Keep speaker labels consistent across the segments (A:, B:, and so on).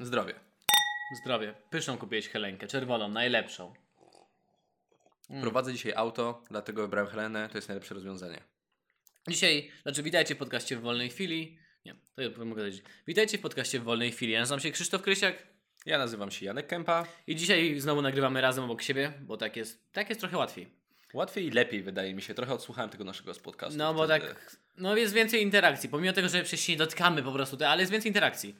A: Zdrowie.
B: Zdrowie. Pyszną kupiłeś Helenkę, czerwoną, najlepszą. Mm.
A: Prowadzę dzisiaj auto, dlatego wybrałem Helenę. To jest najlepsze rozwiązanie.
B: Dzisiaj, znaczy witajcie w podcaście w wolnej chwili. Nie, to ja mogę powiedzieć. Witajcie w podcaście w wolnej chwili. Ja nazywam się Krzysztof Krysiak
A: Ja nazywam się Janek Kępa.
B: i dzisiaj znowu nagrywamy razem obok siebie, bo tak jest, tak jest trochę łatwiej.
A: Łatwiej i lepiej wydaje mi się. Trochę odsłuchałem tego naszego podcastu.
B: No bo
A: wtedy.
B: tak, no jest więcej interakcji, pomimo tego, że przecież się nie dotykamy po prostu, te- ale jest więcej interakcji.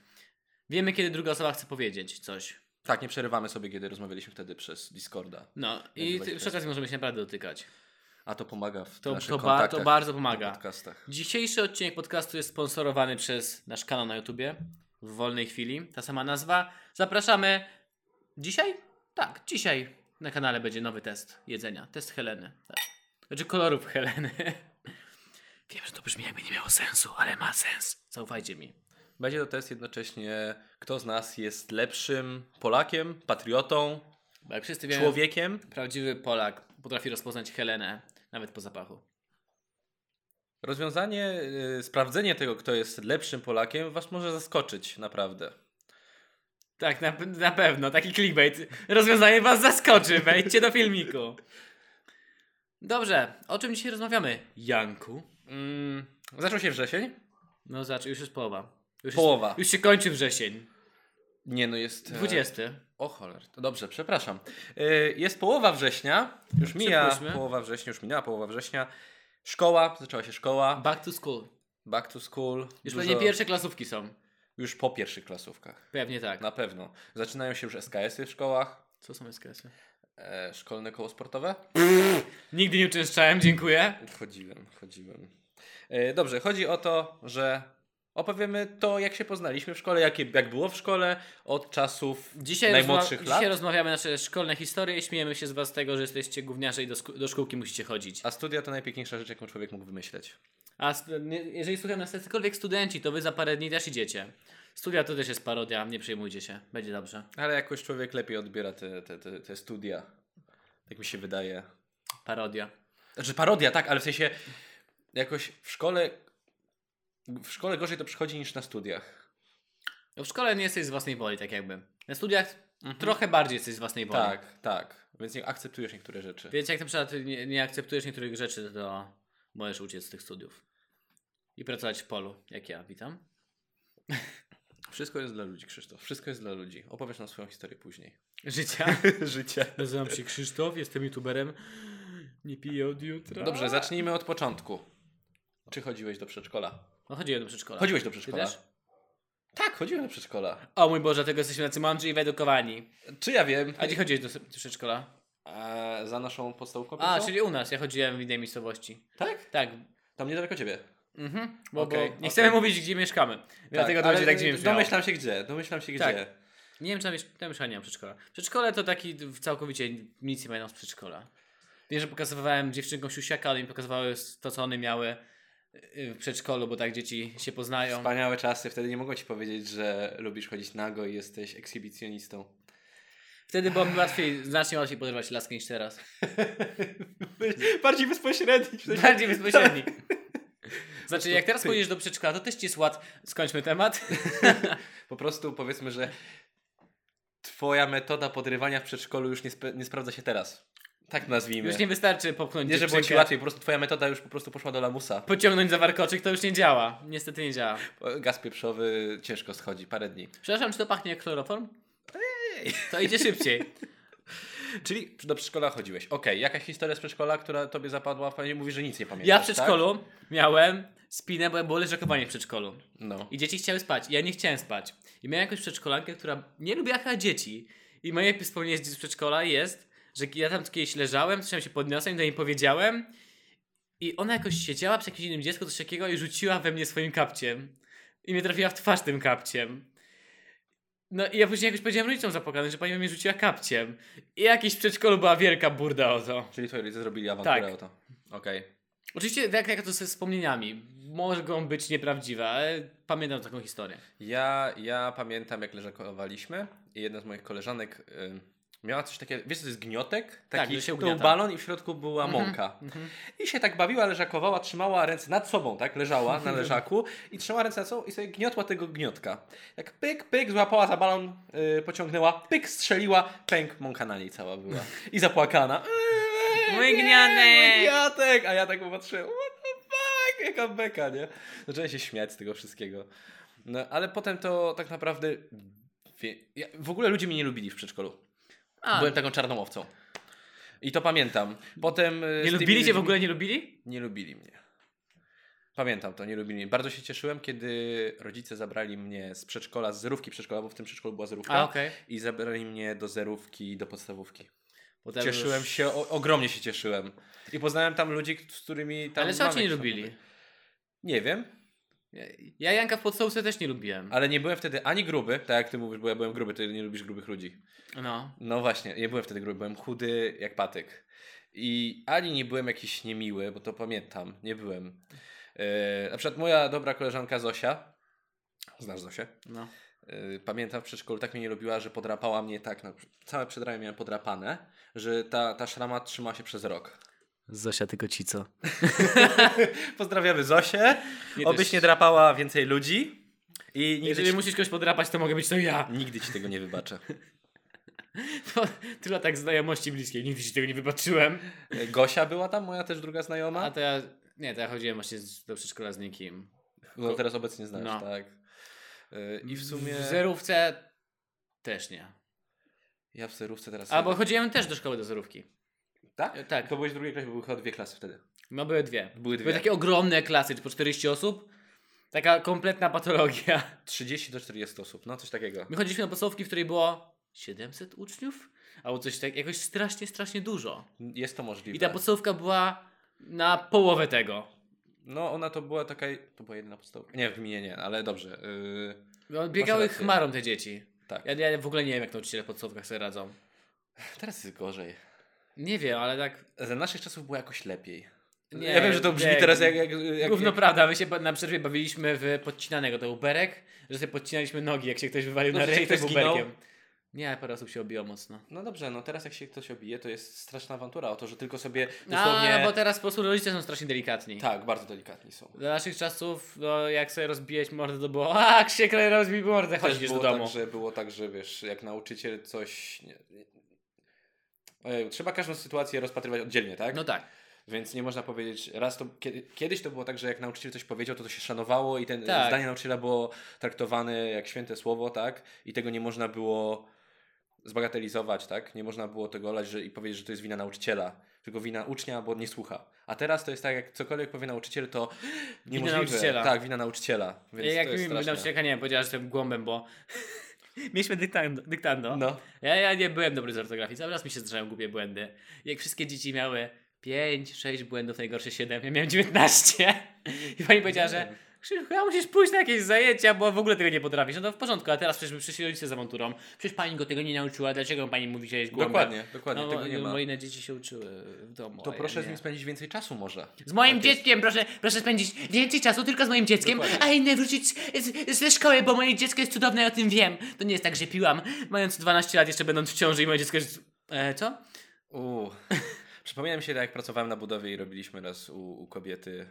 B: Wiemy, kiedy druga osoba chce powiedzieć coś.
A: Tak, nie przerywamy sobie, kiedy rozmawialiśmy wtedy przez Discorda.
B: No i
A: Nazywa się
B: ty- przy okazji możemy się naprawdę dotykać.
A: A to pomaga w
B: To,
A: naszych
B: to, ba,
A: kontaktach
B: to bardzo
A: w
B: pomaga.
A: podcastach.
B: Dzisiejszy odcinek podcastu jest sponsorowany przez nasz kanał na YouTubie w wolnej chwili. Ta sama nazwa. Zapraszamy dzisiaj? Tak, dzisiaj na kanale będzie nowy test jedzenia. Test Heleny. Tak. Znaczy kolorów Heleny. Wiem, że to brzmi jakby nie miało sensu, ale ma sens. Zaufajcie mi.
A: Będzie to test jednocześnie, kto z nas jest lepszym Polakiem, patriotą,
B: Bo jak wszyscy wiemy,
A: człowiekiem.
B: prawdziwy Polak potrafi rozpoznać Helenę nawet po zapachu.
A: Rozwiązanie, y, sprawdzenie tego, kto jest lepszym Polakiem, was może zaskoczyć, naprawdę.
B: Tak, na, na pewno, taki clickbait. Rozwiązanie was zaskoczy, wejdźcie do filmiku. Dobrze, o czym dzisiaj rozmawiamy? Janku.
A: Mm, zaczął się wrzesień?
B: No zacz, już jest połowa. Już
A: Połowa.
B: Jest, już się kończy wrzesień.
A: Nie, no jest... e,
B: 20.
A: O choler, to dobrze, przepraszam. Y, Jest połowa września, już
B: Tak,
A: mija
B: Przypuśćmy.
A: połowa września, już minęła połowa września. Szkoła, zaczęła się szkoła,
B: Back to school.
A: back to school.
B: Już
A: dużo-
B: pewnie pierwsze klasówki są.
A: Już po pierwszych klasówkach,
B: Pewnie tak.
A: na pewno. Zaczynają się już SKS-y w szkołach,
B: Co są SKS-y?
A: e, szkolne koło sportowe.
B: Nigdy nie uczęszczałem, dziękuję.
A: Chodziłem, chodziłem. E, Dobrze, chodzi o to, że opowiemy to, jak się poznaliśmy w szkole, jakie, jak było w szkole od czasów
B: Dzisiaj,
A: najmłodszych
B: rozma-
A: lat.
B: dzisiaj rozmawiamy nasze szkolne historie i śmiejemy się z was z tego, że jesteście gówniarze i do, sku- do szkółki musicie chodzić.
A: A studia to najpiękniejsza rzecz, jaką człowiek mógł wymyśleć.
B: A st- nie- jeżeli słuchają nas jacykolwiek studenci, to wy za parę dni też idziecie. Studia to też jest parodia, nie przejmujcie się, będzie dobrze.
A: Ale jakoś człowiek lepiej odbiera te, te, te, te studia. Tak mi się wydaje.
B: Parodia.
A: Znaczy parodia, tak, ale w sensie jakoś w szkole w szkole gorzej to przychodzi niż na studiach.
B: No W szkole nie jesteś z własnej woli, tak jakby. Na studiach trochę bardziej jesteś z własnej woli.
A: Tak, tak. Więc nie akceptujesz niektóre rzeczy.
B: Więc jak na przykład nie, nie akceptujesz niektórych rzeczy, to możesz uciec z tych studiów. I pracować w polu, jak ja, witam.
A: Wszystko jest dla ludzi, Krzysztof. Wszystko jest dla ludzi. Opowiesz nam swoją historię później.
B: Życia.
A: Życie.
B: Nazywam się Krzysztof, jestem youtuberem. Nie piję od jutra.
A: Dobrze, zacznijmy od początku. Czy chodziłeś do przedszkola?
B: No, chodziłem do przedszkola.
A: Chodziłeś do
B: Ty
A: przedszkola?
B: też?
A: Tak, chodziłem do przedszkola.
B: O mój Boże, tego jesteśmy tacy mądrzy i wyedukowani.
A: Czy ja wiem?
B: A gdzie chodziłeś do do przedszkola?
A: E, za naszą podstawówką?
B: A,
A: pierwszą?
B: czyli u nas. Ja chodziłem w innej miejscowości.
A: Tak?
B: Tak.
A: Tam niedaleko ciebie.
B: Mhm. Bo,
A: Okej,
B: bo nie
A: okej.
B: chcemy mówić, gdzie mieszkamy. dlatego to
A: ale
B: będzie tak dziwnie brzmiało.
A: Domyślam się gdzie, domyślam się
B: Tak.
A: gdzie.
B: Nie wiem, czy tam, miesz- tam mieszkania nie mam przedszkola. Przedszkole to taki w- całkowicie nic nie mają z przedszkola. Wiem, że pokazywałem dziewczynkom siusiaka, ale im pokazywały s- to, co one miały y, w przedszkolu, bo tak dzieci się poznają.
A: Wspaniałe czasy, wtedy nie mogą ci powiedzieć, że lubisz chodzić nago i jesteś ekshibicjonistą.
B: Wtedy było mi łatwiej, znacznie łatwiej podrywać laskę niż teraz.
A: Bardziej bezpośredni. w sensie-
B: Bardziej bezpośredni. Znaczy, jak teraz
A: ty.
B: pójdziesz do przedszkola, to też ci jest łat... Skończmy temat.
A: Po prostu powiedzmy, że twoja metoda podrywania w przedszkolu już nie, spe- nie sprawdza się teraz. Tak nazwijmy.
B: Już nie wystarczy popchnąć
A: nie że było ci
B: dziewczynkę.
A: łatwiej, po prostu twoja metoda już po prostu poszła do lamusa.
B: pociągnąć za warkoczyk, to już nie działa. Niestety nie działa.
A: Gaz pieprzowy ciężko schodzi, parę dni.
B: Przepraszam, czy to pachnie jak chloroform? To idzie szybciej.
A: Czyli do przedszkola chodziłeś. Okej, jakaś historia z przedszkola, która tobie zapadła? Pani mówi, że nic nie pamiętasz,
B: Ja w
A: tak?
B: przedszkolu miałem spinę, bo ja było leżakowanie w przedszkolu.
A: No.
B: I dzieci chciały spać. Ja nie chciałem spać. I miałem jakąś przedszkolankę, która nie lubiła chyba dzieci. I moje wspomnienie z z przedszkola jest, że ja tam kiedyś leżałem, trzymałem się podniosłem, do niej powiedziałem. I ona jakoś siedziała przy jakimś innym dziecku, coś takiego i rzuciła we mnie swoim kapciem. I mnie trafiła w twarz tym kapciem. No i ja później jakoś powiedziałem rodzicom zapłakany, że pani mnie rzuciła kapciem. I jakiś w przedszkolu była wielka burda o to.
A: Czyli twoi rodzice zrobili awanturę
B: Tak.
A: o to. Okej.
B: Oczywiście tak jak to ze wspomnieniami. Mogą być nieprawdziwe, ale pamiętam taką historię.
A: Ja, ja pamiętam, jak leżakowaliśmy i jedna z moich koleżanek y, Miała coś takiego, wiesz co to jest gniotek?
B: Tak,
A: Taki,
B: że się
A: to był
B: ugniata.
A: balon i w środku była
B: Mhm,
A: mąka.
B: mhm.
A: I się tak bawiła, leżakowała, trzymała ręce nad sobą, tak? Leżała na leżaku i trzymała ręce nad sobą i sobie gniotła tego gniotka. Jak pyk, pyk, złapała za balon, yy, pociągnęła, pyk, strzeliła, pęk, mąka na niej cała była. I zapłakana. Eee,
B: Mój
A: nie,
B: gniotek!
A: Mój gniotek! A ja tak popatrzyłem, what the fuck, jaka beka, nie? Zacząłem się śmiać z tego wszystkiego. No, ale potem to tak naprawdę... wie- Ja, w ogóle ludzie mnie nie lubili w przedszkolu.
B: A,
A: Byłem taką czarnomowcą. I to pamiętam. Potem... y,
B: nie lubili cię w ogóle, nie lubili?
A: Nie lubili mnie. Pamiętam to, nie lubili mnie. Bardzo się cieszyłem, kiedy rodzice zabrali mnie z przedszkola, z zerówki przedszkola, bo w tym przedszkolu była zerówka.
B: A, okej.
A: I zabrali mnie do zerówki, do podstawówki.
B: Potem
A: Cieszyłem
B: już-
A: się, o, ogromnie się cieszyłem. I poznałem tam ludzi, k- z którymi tam...
B: Ale czego
A: mamy
B: cię nie
A: jakieś tam
B: lubili?
A: kontakty. Nie wiem,
B: Ja, ja Janka w podstawce też nie lubiłem.
A: ale nie byłem wtedy ani gruby, tak jak ty mówisz, bo ja byłem gruby, ty nie lubisz grubych ludzi.
B: No.
A: No właśnie, nie byłem wtedy gruby, byłem chudy jak patyk. I ani nie byłem jakiś niemiły, bo to pamiętam, nie byłem. Yy, na przykład moja dobra koleżanka Zosia, znasz Zosię,
B: no.
A: yy, pamiętam w przedszkolu, tak mnie nie lubiła, że podrapała mnie tak, no, całe przedramię miałem podrapane, że ta, ta szrama trzymała się przez rok.
B: Zosia, tylko ci co?
A: Pozdrawiamy Zosię,
B: Nie, to
A: obyś
B: jest-
A: nie drapała więcej ludzi i nigdy
B: Jeżeli
A: ci,
B: musisz kogoś podrapać, to mogę być to ja.
A: nigdy ci tego nie wybaczę.
B: Po tylu tak znajomości bliskiej, nigdy ci tego nie wybaczyłem.
A: Yy, Gosia była tam, moja też druga znajoma.
B: A to ja... Nie, to ja chodziłem właśnie z- do przedszkola z nikim.
A: No teraz obecnie znasz,
B: No.
A: tak. Yy, I w sumie.
B: W zerówce też nie.
A: Ja w zerówce teraz.
B: Albo chodziłem też do szkoły do zerówki.
A: Tak?
B: tak.
A: To byłeś w drugiej klasie, bo były chyba dwie klasy wtedy.
B: No były dwie.
A: Były dwie.
B: Były takie ogromne klasy, po 40 osób. Taka kompletna patologia.
A: 30 do 40 osób, no coś takiego.
B: My chodziliśmy na podstawówki, w której było 700 uczniów? Albo coś tak, jakoś strasznie, strasznie dużo.
A: Jest to możliwe.
B: I ta podstawówka była na połowę tego.
A: No ona to była taka... To była jedyna podstawowa. Nie, w minie nie, ale dobrze. Yy,
B: No, Biegały
A: rację.
B: chmarą te dzieci.
A: tak.
B: Ja, ja w ogóle nie wiem, jak nauczyciele w podstawówkach sobie radzą.
A: Teraz jest gorzej.
B: Nie wiem, ale tak...
A: Za naszych czasów było jakoś lepiej.
B: Nie,
A: ja wiem, że to brzmi
B: nie.
A: teraz jak... jak, jak
B: Gówno prawda, my się ba- na przerwie bawiliśmy w podcinanego, to był berek, że sobie podcinaliśmy nogi, jak się ktoś wywalił
A: No,
B: na
A: że
B: ryj,
A: się
B: to
A: ktoś
B: był
A: zginął?
B: berkiem. Nie, ale parę osób się obiło mocno.
A: No dobrze, no teraz jak się ktoś obije, to jest straszna awantura o to, że tylko sobie
B: A, no
A: dosłownie...
B: bo teraz po prostu rodzice są strasznie delikatni.
A: Tak, bardzo delikatni są.
B: Do naszych czasów, no, jak sobie rozbijać mordę, to było a, Krzysiek rozbił mordę,
A: Też
B: chodzisz do
A: było
B: domu.
A: Tak, że było tak, że wiesz, jak nauczyciel coś... Nie, nie. Ojej, Trzeba każdą sytuację rozpatrywać oddzielnie, tak?
B: No tak,
A: Więc nie można powiedzieć, raz to, kiedy, kiedyś to było tak, że jak nauczyciel coś powiedział, to to się szanowało i ten
B: Tak.
A: zdanie nauczyciela było traktowane jak święte słowo, tak? I tego nie można było zbagatelizować, tak? Nie można było tego olać że, i powiedzieć, że to jest wina nauczyciela, tylko wina ucznia, bo nie słucha. A teraz to jest tak, jak cokolwiek powie nauczyciel, to niemożliwe.
B: nauczyciela.
A: Tak, wina nauczyciela. Więc
B: ja,
A: to
B: jak
A: jest
B: mi
A: straszne.
B: nauczycielka, nie wiem, powiedziała, że jestem głąbem, bo mieliśmy dyktando. dyktando.
A: No,
B: Ja, ja nie byłem dobry z ortografii, cały raz mi się zdarzają głupie błędy. Jak wszystkie dzieci miały 5, 6 błędów, najgorsze 7, ja miałem 19. I pani powiedziała, że Krzysiu, chyba musisz pójść na jakieś zajęcia, bo w ogóle tego nie potrafisz. No to w porządku, a teraz przecież my przyszli rodzice z awanturą. Przecież pani go tego nie nauczyła, dlaczego pani mówi, że jest głąbem?
A: dokładnie, dokładnie,
B: No,
A: tego nie
B: mo-
A: ma.
B: moje inne dzieci się uczyły w domu.
A: To
B: a ja
A: proszę z
B: nie.
A: nim spędzić więcej czasu może.
B: Z moim
A: Tak jest.
B: dzieckiem proszę, proszę spędzić więcej czasu tylko z moim dzieckiem,
A: Dokładnie.
B: a inne wrócić z, z, ze szkoły, bo moje dziecko jest cudowne, ja o tym wiem. To nie jest tak, że piłam, mając 12 lat, jeszcze będąc w ciąży i moje dziecko jest... E, co?
A: Uuu. Przypomniałem się, jak pracowałem na budowie i robiliśmy raz u, u kobiety,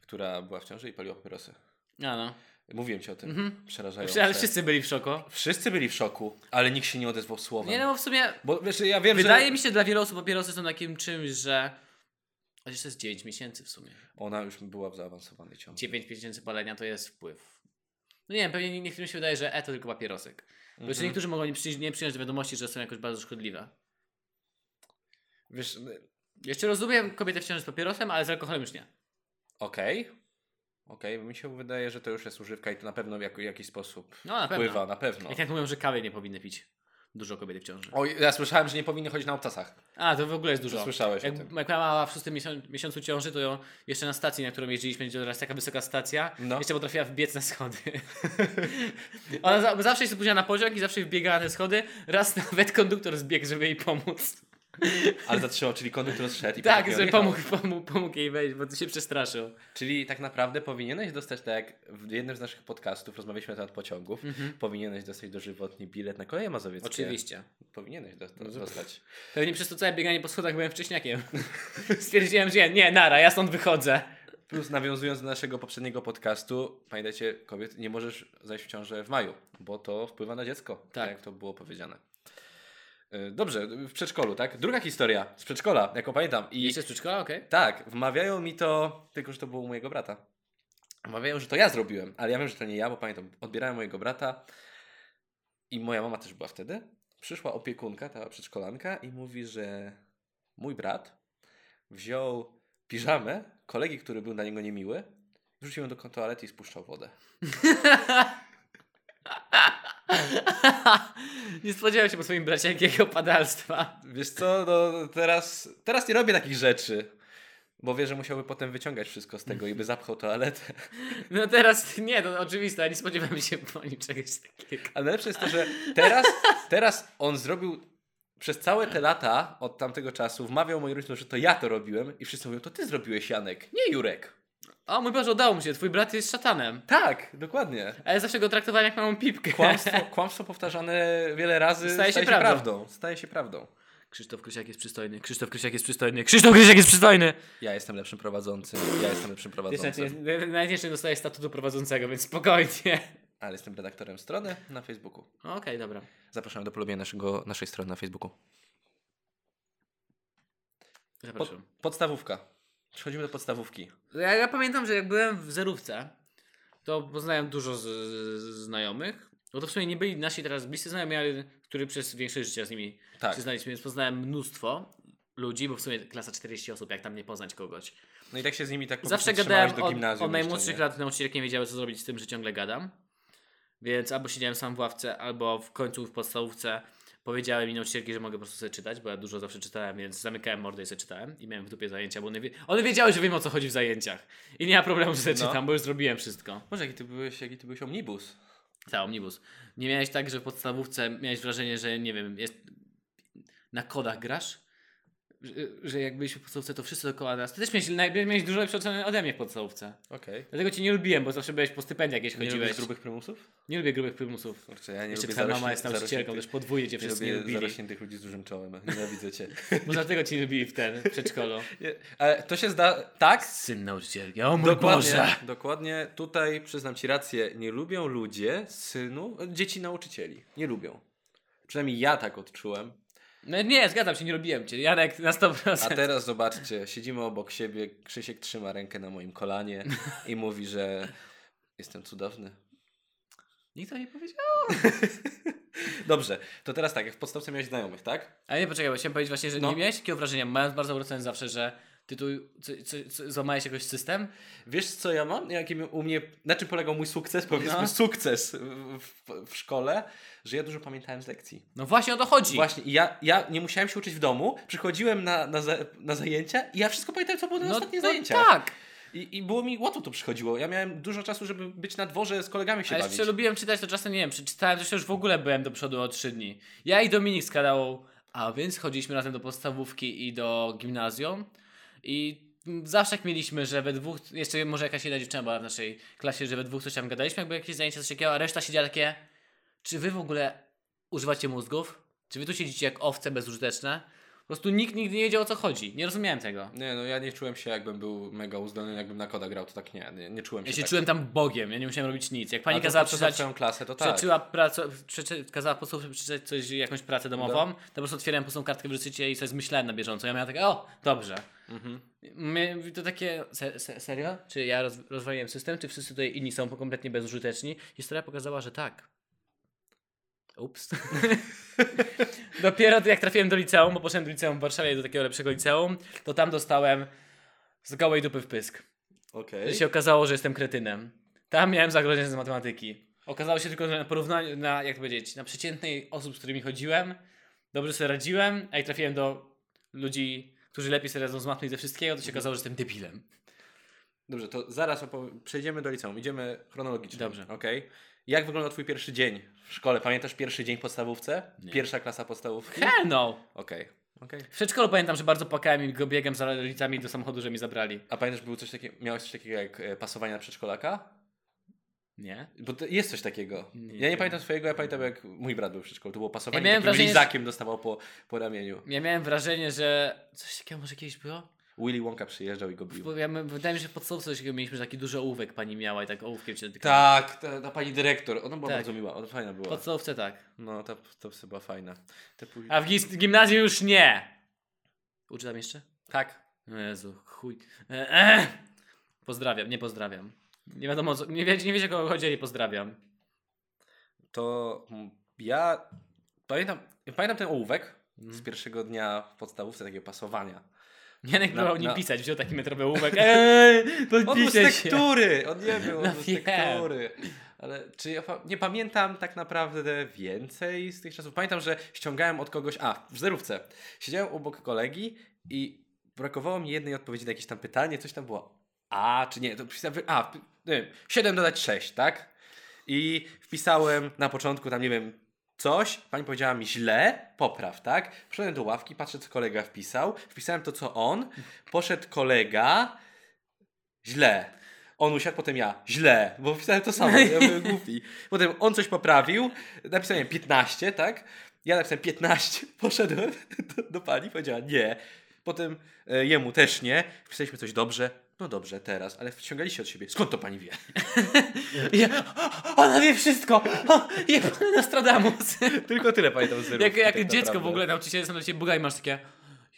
A: która była w ciąży i paliła papierosy.
B: No, no.
A: Mówiłem ci o tym.
B: Mhm.
A: Przerażające.
B: Ale wszyscy byli w szoku.
A: Wszyscy byli w szoku, ale nikt się nie odezwał słowem.
B: Nie no, bo w sumie
A: Bo wiesz, ja wiem,
B: wydaje
A: że
B: mi się, dla wielu osób papierosy są takim czymś, że... Chociaż to jest 9 miesięcy w sumie.
A: ona już była w zaawansowanej ciąży.
B: 9 miesięcy palenia to jest wpływ. No nie wiem, pewnie niektórym się wydaje, że e to tylko papierosek. Bo jeszcze
A: Mhm.
B: niektórzy mogą nie, przyjąć, nie przyjąć do wiadomości, że są jakoś bardzo szkodliwe.
A: Wiesz,
B: Jeszcze rozumiem kobietę w ciąży z papierosem, ale z alkoholem już nie.
A: okej. Okej, bo mi się wydaje, że to już jest używka i to na pewno w jak, jakiś sposób
B: No na pewno.
A: wpływa, na pewno.
B: Jak tak mówią, że kawy nie powinny pić. Dużo kobiety w ciąży.
A: Oj, ja słyszałem, że nie powinny chodzić na obcasach.
B: A, to w ogóle jest dużo.
A: Słyszałeś o
B: Jak,
A: tym.
B: jak moja mama w szóstym miesiącu, miesiącu ciąży, to ją jeszcze na stacji, na którą jeździliśmy, gdzie teraz taka wysoka stacja,
A: No.
B: jeszcze potrafiła wbiec na schody. Ona za, zawsze się spóźniała na pociąg i zawsze wbiegała na te schody. Raz nawet konduktor zbiegł, żeby jej pomóc.
A: Ale zatrzymał, czyli konduktor rozszedł i
B: Tak,
A: potem
B: że
A: odjechał.
B: pomógł, pomógł, pomógł jej wejść, bo ty się przestraszył.
A: Czyli tak naprawdę powinieneś dostać, tak jak w jednym z naszych podcastów rozmawialiśmy na temat pociągów, powinieneś dostać dożywotni bilet na koleje mazowieckie.
B: Mhm. Oczywiście.
A: Powinieneś do,
B: No to-
A: dostać.
B: Pewnie przez to całe bieganie po schodach byłem wcześniakiem. Stwierdziłem, że nie, nara, ja stąd wychodzę.
A: Plus nawiązując do naszego poprzedniego podcastu, pamiętajcie, kobiet, nie możesz zajść w ciążę w maju, bo to wpływa na dziecko, tak,
B: Tak.
A: jak to było powiedziane. Y, Dobrze, w przedszkolu, tak? Druga historia z przedszkola, jaką pamiętam. I
B: Jeszcze z przedszkola, okej.
A: tak, wmawiają mi to, tylko że to było u mojego brata. Wmawiają, że to ja zrobiłem, ale ja wiem, że to nie ja, bo pamiętam, odbierałem mojego brata i moja mama też była wtedy. Przyszła opiekunka, ta przedszkolanka i mówi, że mój brat wziął piżamę kolegi, który był dla niego niemiły, wrzucił ją do toalety i spuszczał wodę.
B: nie spodziewałem się po swoim bracie jakiego padalstwa.
A: Wiesz co, no teraz, teraz nie robię takich rzeczy, bo wie, że musiałby potem wyciągać wszystko z tego i by zapchał toaletę.
B: No teraz nie, to oczywiste, ale nie spodziewałem się po nim czegoś takiego.
A: Ale lepsze jest to, że teraz, teraz on zrobił przez całe te lata od tamtego czasu, wmawiał moim rodzicom, że to ja to robiłem i wszyscy mówią, to ty zrobiłeś Janek, nie Jurek.
B: O mój Boże, udało mu się, twój brat jest szatanem.
A: Tak, dokładnie.
B: Ale zawsze go traktowałem jak małą pipkę.
A: Kłamstwo, kłamstwo powtarzane wiele razy staje się, prawdą. Staje się prawdą.
B: Krzysztof Krysiak jest przystojny, Krzysztof Krysiak jest przystojny, Krzysztof Krysiak jest przystojny!
A: Ja jestem lepszym prowadzącym, ja jestem lepszym
B: Wiesz, nawet
A: prowadzącym,
B: nie- nawet jeszcze nie dostajesz statutu prowadzącego, więc spokojnie.
A: ale jestem redaktorem strony na Facebooku.
B: Okej, dobra.
A: Zapraszam do polubienia naszego, naszej strony na Facebooku. Pod,
B: Zapraszam.
A: podstawówka. Przechodzimy do podstawówki.
B: Ja, ja pamiętam, że jak byłem w zerówce, to poznałem dużo z, z, znajomych. Bo to w sumie nie byli nasi teraz bliscy znajomi, ale który przez większość życia z nimi
A: Tak.
B: się znaliśmy, więc poznałem mnóstwo ludzi, bo w sumie klasa 40 osób, jak tam nie poznać kogoś.
A: No i tak się z nimi tak po
B: Zawsze
A: prostu trzymałeś
B: gadałem
A: do
B: od,
A: gimnazjum
B: od
A: jeszcze,
B: najmłodszych
A: nie?
B: lat nauczycielek nie wiedziały co zrobić z tym, że ciągle gadam. Więc albo siedziałem sam w ławce, albo w końcu w podstawówce powiedziałem mi nauczycielki, że mogę po prostu sobie czytać, bo ja dużo zawsze czytałem, więc zamykałem mordę i sobie czytałem i miałem w dupie zajęcia, bo one, wie... one wiedziały, że wiem o co chodzi w zajęciach. I nie ma problemu, że sobie
A: No.
B: czytam, bo już zrobiłem wszystko.
A: Może jaki ty byłeś, jaki ty byłeś omnibus?
B: Ta, omnibus. Nie miałeś tak, że w podstawówce miałeś wrażenie, że nie wiem, jest na kodach grasz? Że, że jak byliśmy w podstawówce, to wszyscy dookoła nas. Ty też miałeś, najpierw miałeś dużo lepsze oceny ode mnie w podstawówce.
A: Okej.
B: Dlatego cię nie lubiłem, bo zawsze byłeś po stypendiach, jeśli
A: Nie
B: chodziłeś.
A: lubisz grubych prymusów?
B: Nie lubię grubych prymusów.
A: Kurczę, ja nie
B: Jeszcze
A: lubię
B: twoja mama
A: zarośniętych-
B: jest nauczycielką, też
A: zarośniętych-
B: podwójnie cię
A: Nie
B: wszyscy nie
A: lubię
B: lubili.
A: zarośniętych ludzi z dużym czołem. Nienawidzę cię.
B: Bo dlatego cię nie lubili w ten, w przedszkolu.
A: Nie, Ale to się zda... Tak?
B: Syn nauczycielki, o mój
A: Dokładnie,
B: Boże!
A: dokładnie. Tutaj przyznam ci rację. Nie lubią ludzie synu, dzieci nauczycieli. Nie lubią. Przynajmniej ja tak odczułem.
B: No nie, zgadzam się, nie lubiłem cię. Janek na 100%.
A: A teraz zobaczcie, siedzimy obok siebie, Krzysiek trzyma rękę na moim kolanie i mówi, że jestem cudowny.
B: Nikt to nie powiedział.
A: Dobrze, to teraz tak, jak w podstawce miałeś znajomych, tak?
B: Ale nie, poczekaj, bo chciałem powiedzieć właśnie, że
A: No.
B: nie miałeś takiego wrażenia, mając bardzo wrócony zawsze, że ty tu co, co, co, złamałeś jakoś system?
A: Wiesz co ja mam? Jaki mi- u mnie, na czym polegał mój sukces? Powiedzmy
B: No.
A: sukces w, w, w szkole, że ja dużo pamiętałem z lekcji.
B: No właśnie o to chodzi.
A: Właśnie, i ja, ja nie musiałem się uczyć w domu, przychodziłem na, na, za, na zajęcia i ja wszystko pamiętałem, co było na
B: no
A: ostatnich
B: to
A: zajęciach.
B: tak.
A: I, I było mi łatwo to przychodziło. Ja miałem dużo czasu, żeby być na dworze z kolegami się
B: Ale
A: bawić.
B: jeszcze lubiłem czytać, to czasem nie wiem, przeczytałem, to już w ogóle byłem do przodu o trzy dni. Ja i Dominik z kanału, a więc chodziliśmy razem do podstawówki i do gimnazjum i mm, zawsze jak mieliśmy, że we dwóch, jeszcze może jakaś jedna dziewczyna była w naszej klasie, że we dwóch coś tam gadaliśmy, jakby jakieś zajęcia coś takiego, a reszta siedziała takie, czy wy w ogóle używacie mózgów? Czy wy tu siedzicie jak owce bezużyteczne? Po prostu nikt nigdy nie wiedział o co chodzi, nie rozumiałem tego.
A: Nie, no ja nie czułem się, jakbym był mega uzdolny, jakbym na koda grał, to tak nie, nie, nie czułem się
B: Ja się
A: tak.
B: czułem tam Bogiem, ja nie musiałem robić nic. Jak pani
A: A to
B: kazała
A: patrząc na
B: przeczytać
A: swoją klasę, to tak.
B: przeczyła pracę, przeczy, kazała posłów przeczytać coś, jakąś pracę domową, to po prostu otwierałem po prostu kartkę w życie i coś zmyślałem na bieżąco. Ja miałem takie, o, dobrze. My, to takie, se, se, serio? Czy ja roz, rozwaliłem system, czy wszyscy tutaj inni są kompletnie bezużyteczni? Historia pokazała, że tak. Ups. Dopiero jak trafiłem do liceum, bo poszedłem do liceum w Warszawie, do takiego lepszego liceum, to tam dostałem z gołej dupy w pysk
A: Okej.
B: że się okazało, że jestem kretynem. Tam miałem zagrożenie z matematyki. Okazało się tylko, że na porównaniu, na, jak to powiedzieć, na przeciętnej osób, z którymi chodziłem, dobrze sobie radziłem, a jak trafiłem do ludzi, którzy lepiej sobie radzą z matmy i ze wszystkiego, to się okazało, że jestem debilem.
A: Dobrze, to zaraz opow- przejdziemy do liceum. Idziemy chronologicznie.
B: Dobrze.
A: Okej. Jak wyglądał twój pierwszy dzień w szkole? Pamiętasz pierwszy dzień w podstawówce?
B: Nie.
A: Pierwsza klasa podstawówki?
B: Hell no!
A: Okej. Okej.
B: W przedszkolu pamiętam, że bardzo płakałem i go biegam za rodzicami do samochodu, że mi zabrali.
A: A pamiętasz, było coś takiego, miałeś coś takiego jak e, pasowanie na przedszkolaka?
B: Nie?
A: Bo to jest coś takiego.
B: Nie.
A: Ja nie pamiętam swojego, ja pamiętam jak mój brat był w przedszkolu. To było pasowanie, ja
B: Ja miałem
A: takim
B: wrażenie,
A: lizakiem dostawał po, po ramieniu.
B: Ja miałem wrażenie, że coś takiego może kiedyś było?
A: Willy Wonka przyjeżdżał i go bił.
B: Bo ja, my- wydaje mi się, że w podstawówce coś takiego mieliśmy, że taki duży ołówek pani miała i tak ołówkiem się dotykała.
A: Tak, ta, ta pani dyrektor, ona była
B: Tak.
A: bardzo miła, ona fajna
B: W
A: była.
B: podstawówce tak.
A: No, ta, ta psy była fajna. Te później...
B: A w gis- gimnazjum już nie! Uczy tam jeszcze?
A: Tak.
B: Jezu, chuj. E, e. Pozdrawiam, nie pozdrawiam. Nie wiadomo, o co, nie, wie, nie wiecie kogo chodzi, nie pozdrawiam.
A: To mm, ja pamiętam, ja pamiętam ten ołówek
B: Mhm.
A: z pierwszego dnia w podstawówce, takiego pasowania.
B: Janek
A: Na-
B: próbował nim
A: na-
B: pisać, wziął taki metrowy ołówek. Eee,
A: On był z
B: podpiszę się.
A: tektury! On nie był, on
B: No
A: był z
B: wiem.
A: tektury. Ale czy ja pa- nie pamiętam tak naprawdę więcej z tych czasów? Pamiętam, że ściągałem od kogoś. A, w zerówce. Siedziałem obok kolegi i brakowało mi jednej odpowiedzi na jakieś tam pytanie, coś tam było. A, czy nie? To wpisałem, a, p- nie wiem, 7 dodać 6, tak? I wpisałem na początku tam, nie wiem, coś, pani powiedziała mi źle, popraw, tak? Przyszedłem do ławki, patrzę, co kolega wpisał, wpisałem to, co on, poszedł kolega, źle. On usiadł, potem ja, źle, bo wpisałem to samo, ja byłem głupi. Potem on coś poprawił, napisałem 15, tak? Ja napisałem 15, poszedłem do, do pani, powiedziała nie. Potem e, jemu też nie, wpisaliśmy coś dobrze, no dobrze, teraz, ale wciągaliście od siebie, skąd to pani wie?
B: Ja, ona wie wszystko! O, jebany Nostradamus!
A: Tylko tyle pamiętam z zerówki,
B: Jak, jak
A: tak
B: dziecko w
A: naprawdę.
B: ogóle nauczyciele są do ciebie Boga i masz takie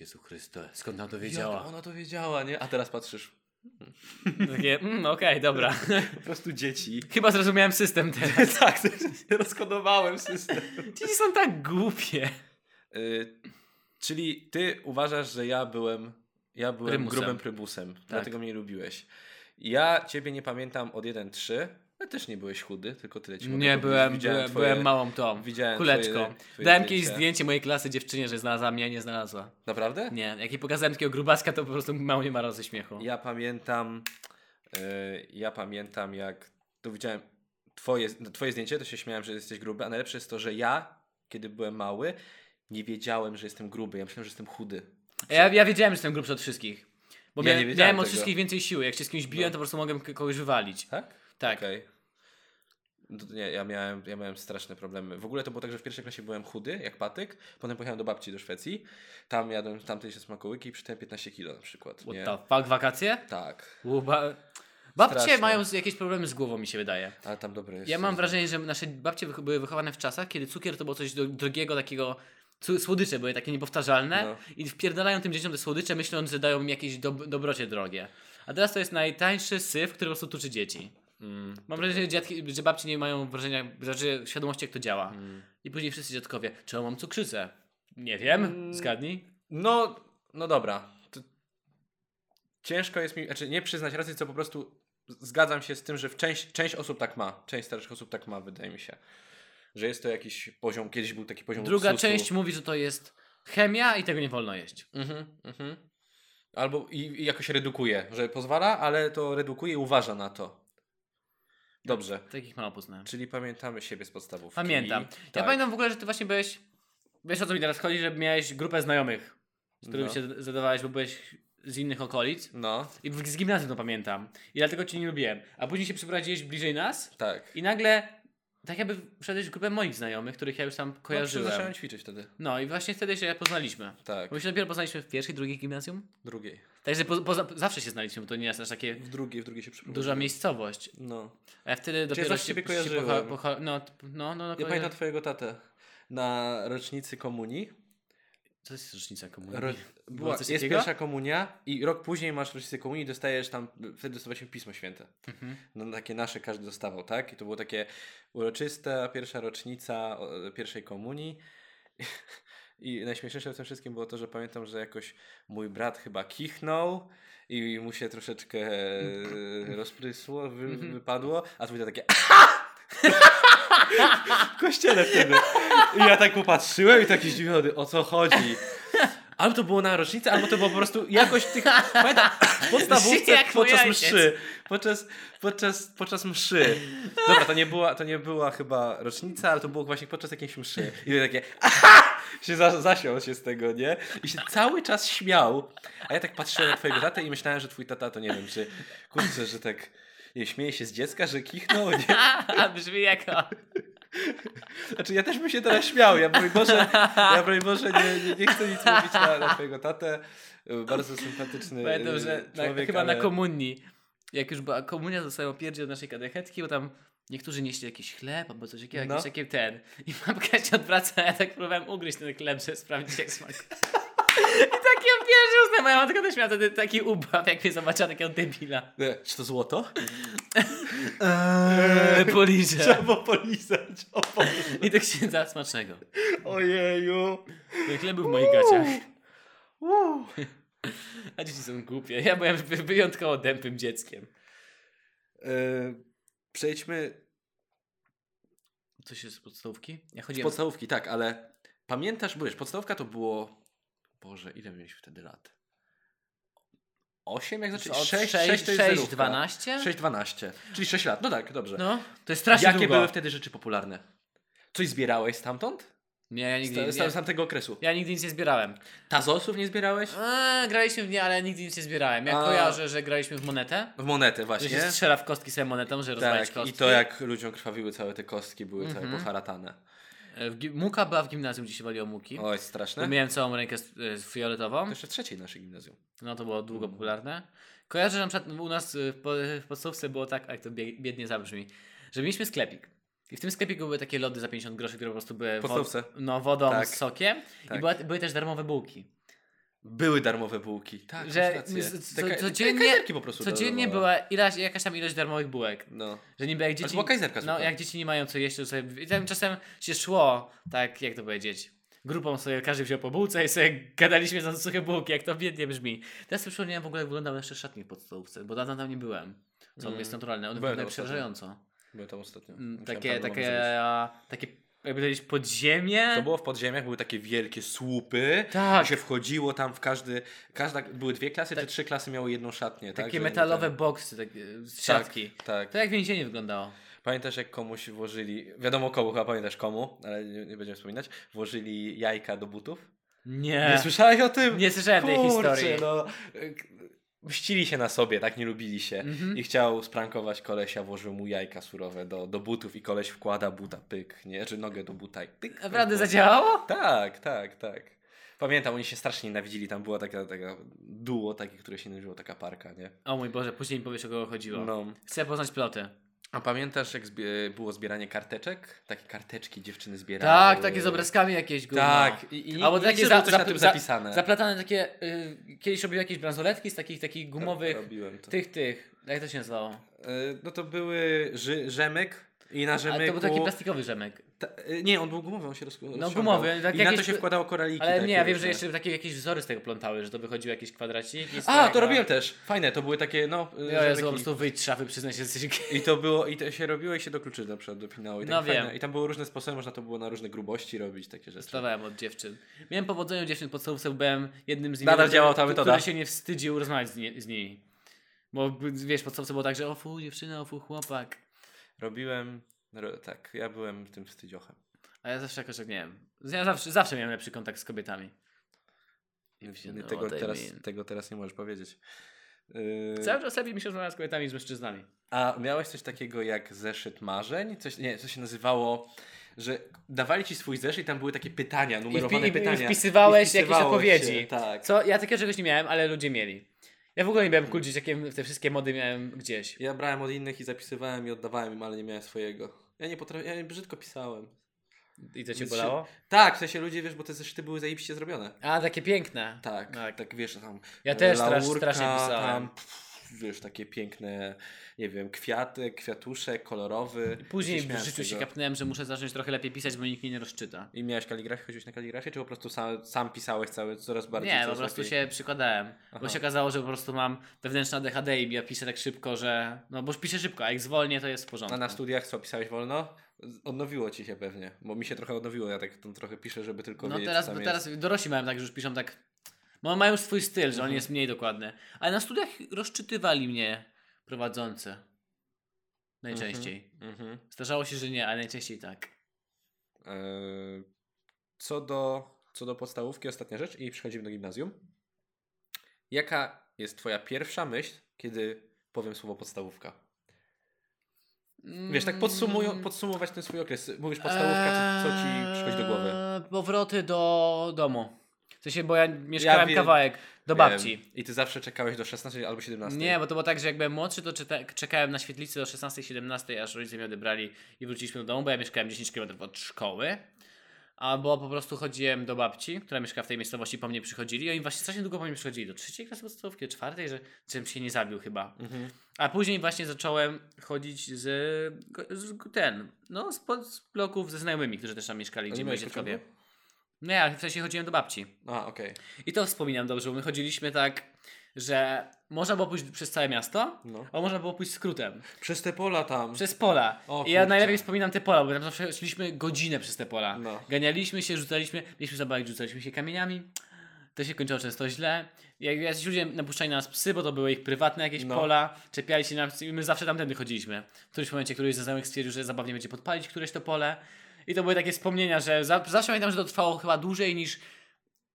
B: Jezu Chryste, skąd ona to
A: Wiedziała.
B: wiedziała?
A: Ona to wiedziała, nie? A teraz patrzysz.
B: Takie, mm, okej, dobra.
A: Po prostu dzieci.
B: Chyba zrozumiałem system teraz.
A: tak, rozkodowałem system.
B: Dzieci są tak głupie.
A: Y, czyli ty uważasz, że ja byłem, ja byłem
B: Prymusem. Tak.
A: grubym prybusem. Dlatego mnie lubiłeś. Ja ciebie nie pamiętam od 1-3. Ale też nie byłeś chudy, tylko tyle ci mogę
B: Nie,
A: powiedzieć.
B: byłem,
A: Widziałem
B: byłem,
A: twoje-
B: byłem małą tą.
A: Widziałem
B: Kuleczką.
A: twoje- twoje
B: Dałem kiedyś
A: zdjęcia.
B: zdjęcie mojej klasy dziewczynie, że znalazła mnie, a nie znalazła.
A: Naprawdę?
B: Nie, jak jej pokazałem takiego grubaska, to po prostu mało nie ma ze śmiechu.
A: No. Ja pamiętam, y, ja pamiętam jak to widziałem twoje, twoje zdjęcie, to się śmiałem, że jesteś gruby, a najlepsze jest to, że ja, kiedy byłem mały, nie wiedziałem, że jestem gruby. Ja myślałem, że jestem chudy.
B: Ja, ja wiedziałem, że jestem grubszy od wszystkich. Bo
A: Ja
B: mia-
A: nie wiedziałem
B: miałem od
A: tego.
B: wszystkich więcej siły. Jak się z kimś biłem,
A: No.
B: to po prostu mogłem k- kogoś wywalić.
A: Tak?
B: Tak.
A: Okej. No to Nie, ja miałem, ja miałem straszne problemy. W ogóle to było tak, że w pierwszej klasie byłem chudy, jak patyk. Potem pojechałem do babci do Szwecji. Tam jadłem tamtej się smakołyki i przytyłem 15 kilo na przykład.
B: What
A: Nie?
B: the fuck, wakacje?
A: Tak.
B: Uba... Babcie
A: Straszne.
B: mają z- jakieś problemy z głową, mi się wydaje.
A: Ale tam dobre jest.
B: Ja mam wrażenie, że nasze babcie wych- były wychowane w czasach, kiedy cukier to było coś do- drogiego, takiego. cu- Słodycze były takie niepowtarzalne
A: No.
B: i wpierdalają tym dzieciom te słodycze, myśląc, że dają im jakieś dob- dobrocie drogie. A teraz to jest najtańszy syf, który po prostu tuczy dzieci.
A: Mm.
B: Mam wrażenie, że, dziadki, że babci nie mają wrażenia, znaczy świadomości, jak to działa.
A: Mm.
B: I później wszyscy dziadkowie, czemu mam cukrzycę? Nie wiem,
A: Mm.
B: zgadnij.
A: No, no dobra. To ciężko jest mi, znaczy nie przyznać racji, co po prostu zgadzam się z tym, że w część, część osób tak ma. Część starszych osób tak ma, wydaje mi się. Że jest to jakiś poziom, kiedyś był taki poziom
B: Druga
A: luksusu.
B: część mówi, że to jest chemia i tego nie wolno jeść.
A: Mhm, mhm. Albo i, i jakoś redukuje, że pozwala, ale to redukuje i uważa na to. Dobrze.
B: Takich mało poznałem.
A: Czyli pamiętamy siebie z podstawówki.
B: Pamiętam. Ja
A: Tak.
B: pamiętam w ogóle, że ty właśnie byłeś. Wiesz o co mi teraz chodzi, że miałeś grupę znajomych, z którymi
A: No.
B: się zadawałeś, bo byłeś z innych okolic.
A: No,
B: I w- z gimnazjum to pamiętam. I dlatego cię nie lubiłem. A później się przeprowadziłeś bliżej nas
A: tak.
B: i nagle tak jakby wszedłeś w grupę moich znajomych, których ja już tam
A: No,
B: kojarzyłem.
A: zacząłem ćwiczyć wtedy.
B: No i właśnie wtedy się poznaliśmy.
A: Tak,
B: Bo my się dopiero poznaliśmy w pierwszej, drugiej gimnazjum.
A: drugiej.
B: Także po, poza, zawsze się znaliśmy, bo to nie jest aż takie
A: W drugiej, w drugiej się przypomniałem.
B: duża miejscowość.
A: No.
B: A wtedy dopiero
A: zawsze
B: się,
A: ciebie
B: się
A: kojarzyłem.
B: pocha- pocha- no, t- no, no, no,
A: Ja
B: kojarzę-
A: pamiętam twojego tatę na rocznicy komunii.
B: To jest rocznica komunii.
A: Ro...
B: Było
A: Była,
B: coś
A: jest
B: takiego?
A: pierwsza komunia i rok później masz rocznicę komunii i dostajesz tam, wtedy dostawaliśmy Pismo Święte.
B: Mhm.
A: No takie nasze każdy dostawał, tak? I to było takie uroczyste, pierwsza rocznica o, pierwszej komunii. I najśmieszniejsze w tym wszystkim było to, że pamiętam, że jakoś mój brat chyba kichnął i mu się troszeczkę e, rozprysło, wy, wypadło, a twój tata takie w kościele wtedy. I ja tak popatrzyłem i taki zdziwiony, o co chodzi? Albo to było na rocznicę, albo to było po prostu jakoś tych... Pamiętam, w podstawówce
B: Jak mój
A: podczas
B: ojciec.
A: mszy. Podczas, podczas, podczas mszy. Dobra, to nie, była, to nie była chyba rocznica, ale to było właśnie podczas jakiejś mszy. I takie... Aha! się za, zasiął się z tego, nie? I się cały czas śmiał. A ja tak patrzyłem na twojego tatę i myślałem, że twój tata to nie wiem, czy kurczę, że tak nie śmieje się z dziecka, że kichnął, nie?
B: A, brzmi jak on.
A: Znaczy ja też bym się teraz śmiał. Ja broń Boże, ja broń Boże nie, nie, nie chcę nic mówić na, na twojego tatę. Bardzo sympatyczny
B: Pamiętam,
A: e,
B: że na,
A: człowiek,
B: chyba
A: ale...
B: na komunii, jak już była komunia, dostałem opierdzie od naszej katechetki, bo tam niektórzy nieśli jakiś chleb albo coś jakiego,
A: No.
B: jakiś taki ten. I babka się odwraca, a ja tak próbowałem ugryźć ten chleb, żeby sprawdzić jak smakuje. I taki opierdzie usta, moja matka też miała wtedy taki ubaw, jak mnie zobaczyła takiego debila.
A: E, Czy to złoto?
B: Eee, policzę.
A: Trzeba polizać. O Boże.
B: I tak się da smacznego.
A: Ojeju.
B: Ten chleb był w moich gaciach.
A: Uuu.
B: A dzieci są głupie. Ja byłem wy- wyjątkowo dępym dzieckiem.
A: E, Przejdźmy
B: Coś jest z podstawówki? Ja
A: z
B: chodziłem...
A: podstawówki, tak, ale pamiętasz, bo wiesz, podstawówka to było... Boże, ile mieliśmy wtedy lat? 8 jak
B: Znaczy,
A: zaczęliśmy? 6, 6, 6 to jest
B: 6,
A: zerówka.
B: 12?
A: 6, 12. Czyli 6 lat. No tak, dobrze.
B: No, to jest strasznie
A: Jakie
B: długo.
A: były wtedy rzeczy popularne? Coś zbierałeś stamtąd?
B: Nie, ja
A: Z,
B: nigdy,
A: ta-
B: nie,
A: z, tam- z tamtego okresu.
B: ja nigdy nic nie zbierałem.
A: Tazosów nie zbierałeś?
B: Eee, graliśmy w nie, ale nigdy nic nie zbierałem. Ja
A: A.
B: kojarzę, że graliśmy w monetę.
A: W monetę
B: Że
A: właśnie.
B: się strzela w kostki sobie monetą, że rozwalić
A: tak,
B: kostki.
A: i to jak ludziom krwawiły całe te kostki, były całe
B: Mhm.
A: poharatane.
B: E, w gi- Muka była w gimnazjum, gdzie się waliło muki.
A: Oj, straszne.
B: To miałem całą rękę z, e, z
A: tak? To
B: fioletową.
A: jeszcze w trzeciej naszej gimnazjum.
B: No to było
A: Mhm.
B: długo popularne. Kojarzę, że na przykład u nas y, w, po, w podstawce było tak, jak to bie- biednie zabrzmi, że mieliśmy sklepik. I w tym sklepiku były takie lody za 50 groszy, które po prostu były
A: W podstawce?
B: no, wodą
A: Tak.
B: z sokiem.
A: Tak.
B: I była, były też darmowe bułki.
A: Były darmowe bułki. Tak,
B: Że
A: masz rację.
B: z-
A: Te ka-
B: co-
A: te
B: codziennie-
A: kajzerki po prostu
B: Codziennie
A: darmowe.
B: była ilość, jakaś tam ilość darmowych bułek.
A: No.
B: Że niby jak
A: Dzieci...
B: dzieci.
A: była kajzerka
B: No, jak dzieci nie mają co jeść, to sobie. I tam czasem się szło, tak jak to powiedzieć. Grupą sobie każdy wziął po bułce i sobie gadaliśmy za suche bułki, jak to biednie brzmi. Teraz sobie przypomniałem w ogóle, jak wyglądał nasz szatnik w podstawówce, bo dawno tam nie byłem. Co
A: Mm.
B: jest naturalne,
A: Byłem
B: on wygląda
A: tam ostatnio.
B: przerażająco.
A: Były tam ostatnio.
B: Mm,
A: Musiałem
B: Takie,
A: tam
B: takie,
A: zrobić.
B: takie, jakby powiedzieć, podziemie.
A: To było w podziemiach, były takie wielkie słupy.
B: Tak,
A: się wchodziło tam w każdy, każda, były dwie klasy
B: Tak.
A: czy trzy klasy miały jedną szatnię, tak?
B: takie
A: Że-
B: metalowe boksy, takie e, z
A: Tak,
B: siatki.
A: Tak.
B: To jak więzienie wyglądało.
A: Pamiętasz jak komuś włożyli, wiadomo komu, chyba pamiętasz komu, ale nie, nie będziemy wspominać, włożyli jajka do butów? Nie
B: Nie,
A: słyszałeś o tym?
B: nie słyszałem tej
A: Kurczę,
B: historii.
A: no. Mścili się na sobie, tak nie lubili się.
B: Mhm.
A: I chciał sprankować kolesia, włożył mu jajka surowe do, do butów i koleś wkłada buta, pyk, nie? Czy nogę do buta i pyk.
B: Naprawdę
A: pyk.
B: zadziałało?
A: Tak, tak, tak. Pamiętam, oni się strasznie nienawidzili, tam była taka, taka duo takich, które się nazywało taka parka, nie?
B: O mój Boże, później mi powiesz o kogo chodziło.
A: No.
B: Chcę poznać piloty.
A: A pamiętasz, jak zbie- było zbieranie karteczek? Takie karteczki dziewczyny zbierały.
B: Tak, takie z obrazkami jakieś gówno.
A: Tak. I, i,
B: Albo
A: i
B: takie
A: takie
B: za-
A: coś
B: za-
A: na tym
B: za-
A: zapisane.
B: Zaplatane takie, y, kiedyś robił jakieś bransoletki z takich, takich gumowych,
A: Robiłem to.
B: tych, tych, jak to się nazywało?
A: Y, No to były ży, rzemek i na
B: Ale
A: rzemyku...
B: to był taki plastikowy rzemek.
A: ta, y, nie, on był gumowy, on się roz, rozciągał.
B: gumowy, tak
A: I na to
B: jakieś-
A: się wkładało koraliki.
B: Ale
A: takie
B: nie, ja wiem,
A: różne.
B: że jeszcze takie jakieś wzory z tego plątały, że to wychodziły jakieś kwadraciki.
A: A,
B: sferka.
A: to robiłem też. Fajne, to były takie, no... y,
B: Ja jest
A: rzemyki.
B: po prostu wyjdź z szafy, przyznaj się, jesteś gejem.
A: I to było, i to się robiło i się do kluczy na przykład dopinało. I
B: No
A: tak fajne.
B: wiem.
A: I tam były różne sposoby, można to było na różne grubości robić, takie rzeczy.
B: Dostawałem od dziewczyn. Miałem powodzenie od dziewczyn w podstawówce, bo byłem jednym z nich.
A: Nadal
B: który-
A: działa ta metoda.
B: Który się nie wstydził rozmawiać z, nie, z nimi. Bo wiesz, w podstawówce było tak, że o fu dziewczyna, o fu chłopak.
A: Robiłem, ro, tak, ja byłem tym wstydziochem.
B: A ja zawsze jakoś tak nie wiem. Ja zawsze, zawsze miałem lepszy kontakt z kobietami.
A: Nie,
B: you know
A: tego,
B: what I
A: teraz,
B: mean.
A: tego teraz nie możesz powiedzieć. Yy,
B: Cały czas lepiej mi się rozmawia z kobietami niż z mężczyznami.
A: a miałeś coś takiego jak zeszyt marzeń? Coś, nie, co się nazywało, że dawali ci swój zeszyt i tam były takie pytania, numerowane
B: i
A: pytania.
B: wpisywałeś
A: I
B: jakieś
A: wpisywało
B: odpowiedzi.
A: Się, tak.
B: Co? Ja takiego czegoś nie miałem, ale ludzie mieli. Ja w ogóle nie miałem cool dzieciakiem, te wszystkie mody miałem gdzieś.
A: Ja brałem od innych i zapisywałem i oddawałem im, ale nie miałem swojego. Ja nie potrafiłem, ja brzydko pisałem.
B: I co cię
A: Więc
B: bolało?
A: Tak, w sensie ludzie, wiesz, bo te zeszyty były zajebiście zrobione.
B: A, takie piękne.
A: Tak,
B: Tak.
A: tak, wiesz, tam.
B: Ja
A: e,
B: też strasz-
A: laurka,
B: strasznie pisałem.
A: Tam, pff, wiesz, takie piękne, nie wiem, kwiaty, kwiatuszek kolorowy.
B: Później
A: Ja
B: w
A: śmiałem z
B: życiu się
A: tego.
B: kapnąłem, że muszę zacząć trochę lepiej pisać, bo nikt mnie nie rozczyta.
A: I miałeś kaligrafię, chodziłeś na kaligrafię, czy po prostu sam, sam pisałeś cały, coraz bardziej?
B: Nie, po
A: coraz
B: prostu
A: lepiej?
B: się przykładałem. Bo
A: Aha.
B: się okazało, że po prostu mam wewnętrzne ADHD i ja piszę tak szybko, że. No bo piszę szybko, a jak zwolnię, to jest w
A: A
B: porządku.
A: na studiach co, pisałeś wolno? Z- Odnowiło ci się pewnie, bo mi się trochę odnowiło, ja tak tam trochę piszę, żeby tylko
B: No
A: wiedzieć,
B: teraz,
A: co tam jest.
B: teraz dorośli mają tak, że już piszą tak. No, mają już swój styl, że on
A: Mhm.
B: jest mniej dokładny. Ale na studiach rozczytywali mnie prowadzący. Najczęściej.
A: Mhm.
B: Zdarzało się, że nie, ale najczęściej tak.
A: Eee, E, co do, co do podstawówki, ostatnia rzecz i przechodzimy do gimnazjum. Jaka jest twoja pierwsza myśl, kiedy powiem słowo podstawówka? Wiesz, tak
B: Mm,
A: podsumują, podsumować ten swój okres. Mówisz podstawówka, co, co ci przychodzi do głowy?
B: Eee, Powroty do domu. W sensie, bo ja mieszkałem
A: wiem.
B: kawałek do babci.
A: Wiem. I ty zawsze czekałeś do 16 albo 17.
B: Nie, bo to było tak, że jak byłem młodszy, to czyta- czekałem na świetlicy do 16-17, aż rodzice mnie odebrali i wróciliśmy do domu, bo ja mieszkałem 10 km od szkoły. Albo po prostu chodziłem do babci, która mieszka w tej miejscowości, po mnie przychodzili i oni właśnie strasznie długo po mnie przychodzili, do trzeciej klasy podstawówki, do czwartej, że żebym się nie zabił chyba.
A: Mhm.
B: A później właśnie zacząłem chodzić z, z ten, no z, pod, z bloków ze znajomymi, którzy też tam mieszkali,
A: A
B: gdzie
A: nie
B: moi
A: miałeś
B: dziadkowie.
A: pociągu?
B: Nie, ale w sensie chodziłem do babci.
A: A, okej.
B: I to wspominam dobrze, bo my chodziliśmy tak, że można było pójść przez całe miasto,
A: No.
B: a można było pójść skrótem.
A: Przez te pola tam.
B: Przez pola.
A: O,
B: I ja
A: kurczę.
B: najlepiej wspominam te pola, bo tam zawsze szliśmy godzinę przez te pola.
A: No.
B: Ganialiśmy się, rzucaliśmy, mieliśmy zabawek, rzucaliśmy się kamieniami. To się kończyło często źle. Jak jacyś ludzie napuszczali na nas psy, bo to były ich prywatne jakieś
A: No.
B: pola, czepiali się na nas i my zawsze tamtędy chodziliśmy. W którymś momencie któryś ze znajomych stwierdził, że zabawnie będzie podpalić któreś to pole. I to były takie wspomnienia, że za, zawsze pamiętam, że to trwało chyba dłużej niż,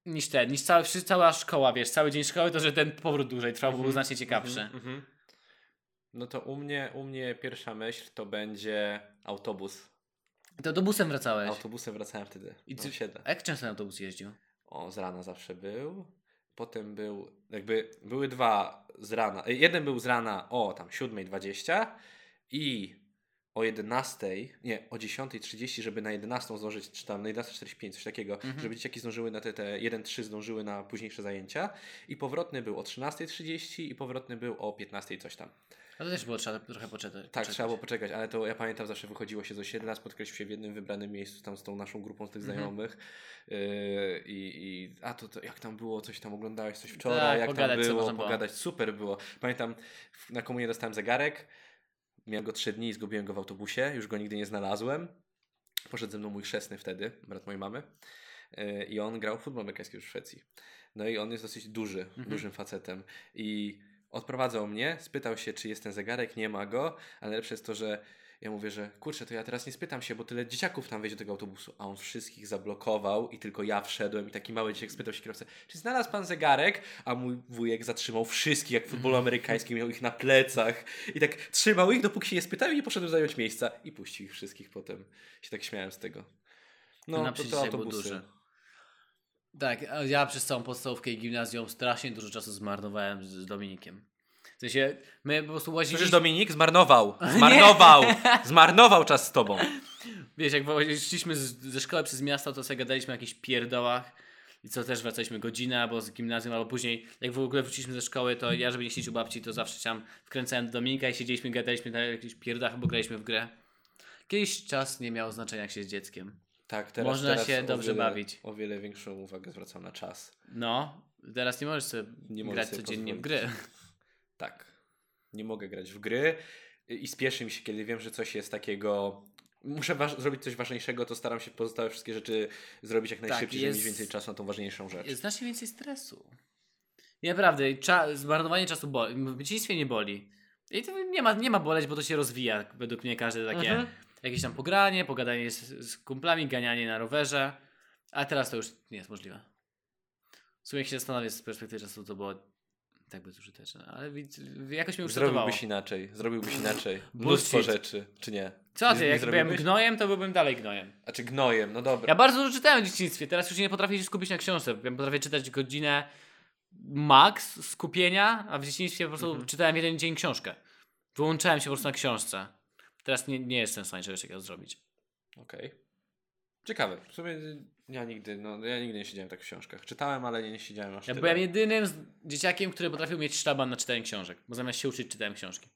B: niż ten, niż cała, wszy- cała szkoła, wiesz, cały dzień szkoły, to że ten powrót dłużej trwał, był znacznie ciekawszy.
A: Mhm, mhm. No to u mnie, u mnie pierwsza myśl to będzie autobus.
B: To autobusem wracałeś.
A: Autobusem wracałem wtedy.
B: I
A: I
B: ty-
A: no, siedzę.
B: A jak często na autobus jeździł?
A: O, z rana zawsze był. Potem był, jakby były dwa z rana. y, Jeden był z rana o tam 7.20 i o 11.00, nie, o 10.30, żeby na 11 zdążyć, czy tam na 11.45, coś takiego, żeby dzieciaki zdążyły na te, te 1-3 zdążyły na późniejsze zajęcia. I powrotny był o 13.30 i powrotny był o 15.00 coś tam.
B: A to też było trzeba trochę poczekać.
A: Tak, trzeba było poczekać, ale to ja pamiętam, zawsze wychodziło się z osiedla, spotkaliśmy się w jednym wybranym miejscu tam z tą naszą grupą tych
B: Mhm.
A: znajomych. Yy, i, i, a to, to jak tam było, coś tam oglądałeś, coś wczoraj,
B: Tak,
A: jak
B: pogadać
A: tam
B: sobie
A: było,
B: można było.
A: pogadać, super było. Pamiętam, w- na komunie dostałem zegarek, miałem go trzy dni i zgubiłem go w autobusie, już go nigdy nie znalazłem. Poszedł ze mną mój chrzestny wtedy, brat mojej mamy. Yy, I on grał w futbol amerykański już w Szwecji. No i on jest dosyć duży,
B: Mhm.
A: dużym facetem. I odprowadzał mnie, spytał się, czy jest ten zegarek, nie ma go, ale lepsze jest to, że ja mówię, że kurczę, to ja teraz nie spytam się, bo tyle dzieciaków tam wejdzie do tego autobusu, a on wszystkich zablokował i tylko ja wszedłem i taki mały dzieciak spytał się kierowcę, czy znalazł pan zegarek? A mój wujek zatrzymał wszystkich, jak w futbolu amerykańskim, miał ich na plecach i tak trzymał ich, dopóki się nie spytają i nie poszedłem zająć miejsca i puścił ich wszystkich potem. Się tak śmiałem z tego. No,
B: Na
A: to, to
B: przycisk było
A: autobusy.
B: duże. Tak, a ja przez całą podstawówkę i gimnazjum strasznie dużo czasu zmarnowałem z- z Dominikiem. W sensie, my po prostu
A: Przecież
B: łaziliśmy,
A: Dominik zmarnował, zmarnował, zmarnował czas z tobą.
B: wiesz, jak właśnie szliśmy z, ze szkoły przez miasto, to sobie gadaliśmy o jakichś pierdołach i co też wracaliśmy godzinę albo z gimnazjum, albo później, jak w ogóle wróciliśmy ze szkoły, to ja, żeby nie siedzieć u babci, to zawsze tam wkręcałem do Dominika i siedzieliśmy, gadaliśmy na jakichś pierdach albo graliśmy w grę. Kiedyś czas nie miał znaczenia, jak się z dzieckiem.
A: Tak, teraz,
B: Można
A: teraz
B: się
A: o
B: dobrze
A: wiele,
B: bawić.
A: O wiele większą uwagę zwracam na czas.
B: No, teraz nie możesz sobie
A: Nie możesz
B: grać
A: sobie
B: codziennie w
A: pozwolić.
B: gry.
A: Tak. Nie mogę grać w gry i i spieszy mi się, kiedy wiem, że coś jest takiego. Muszę waż- zrobić coś ważniejszego, to staram się pozostałe wszystkie rzeczy zrobić jak najszybciej, żeby
B: Tak, jest-
A: mieć więcej czasu na tą ważniejszą rzecz.
B: Jest znacznie więcej stresu. I naprawdę, cza- zmarnowanie czasu boli. W dzieciństwie nie boli. I to nie ma, nie ma boleć, bo to się rozwija. Według mnie każde takie
A: Mhm.
B: jakieś tam pogranie, pogadanie z, z kumplami, ganianie na rowerze. A teraz to już nie jest możliwe. W sumie jak się zastanawiam z perspektywy czasu, to było tak by użyteczne. Ale widz- jakoś mnie ukształtowało.
A: Zrobiłbyś inaczej, zrobiłbyś inaczej.
B: Bullshit.
A: Mnóstwo rzeczy, czy nie?
B: Co
A: Nie-
B: ty,
A: nie
B: jak byłem
A: zrobiłbyś?
B: gnojem, to byłbym dalej gnojem.
A: A czy gnojem, no dobra.
B: Ja bardzo dużo czytałem w dzieciństwie, teraz już nie potrafię się skupić na książce. Ja potrafię czytać godzinę max skupienia, a w dzieciństwie po prostu
A: Mhm.
B: czytałem jeden dzień książkę. Wyłączałem się po prostu na książce. Teraz nie, nie jestem w stanie czegoś takiego zrobić.
A: Okej. Ciekawe. W sumie y, ja nigdy, no ja nigdy nie siedziałem tak w książkach. Czytałem, ale nie, nie siedziałem aż
B: Ja
A: tyle.
B: byłem jedynym z- dzieciakiem, który potrafił mieć sztaban na czytanie książek, bo zamiast się uczyć czytałem książki.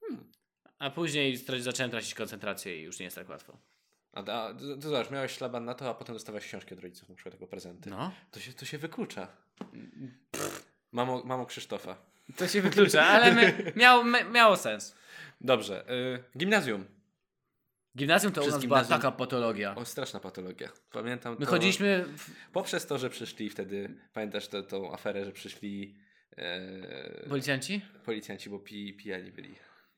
A: Hmm.
B: A później stra- zacząłem tracić koncentrację i już nie jest tak łatwo.
A: A, a to, to zobacz, miałeś szlaban na to, a potem dostawałeś książki od rodziców, na przykład jako prezenty.
B: No. Mm.
A: To się, to się wyklucza. Mamo, mamo Krzysztofa.
B: To się wyklucza, ale my, miał, my, miało sens.
A: Dobrze, y, gimnazjum.
B: Gimnazjum to
A: Przez
B: u nas była
A: gimnazjum-
B: taka patologia.
A: O, straszna patologia. Pamiętam
B: My
A: to,
B: chodziliśmy w,
A: Poprzez to, że przyszli wtedy, pamiętasz tę- tą aferę, że przyszli e,
B: Policjanci?
A: policjanci, bo pi, pijani byli.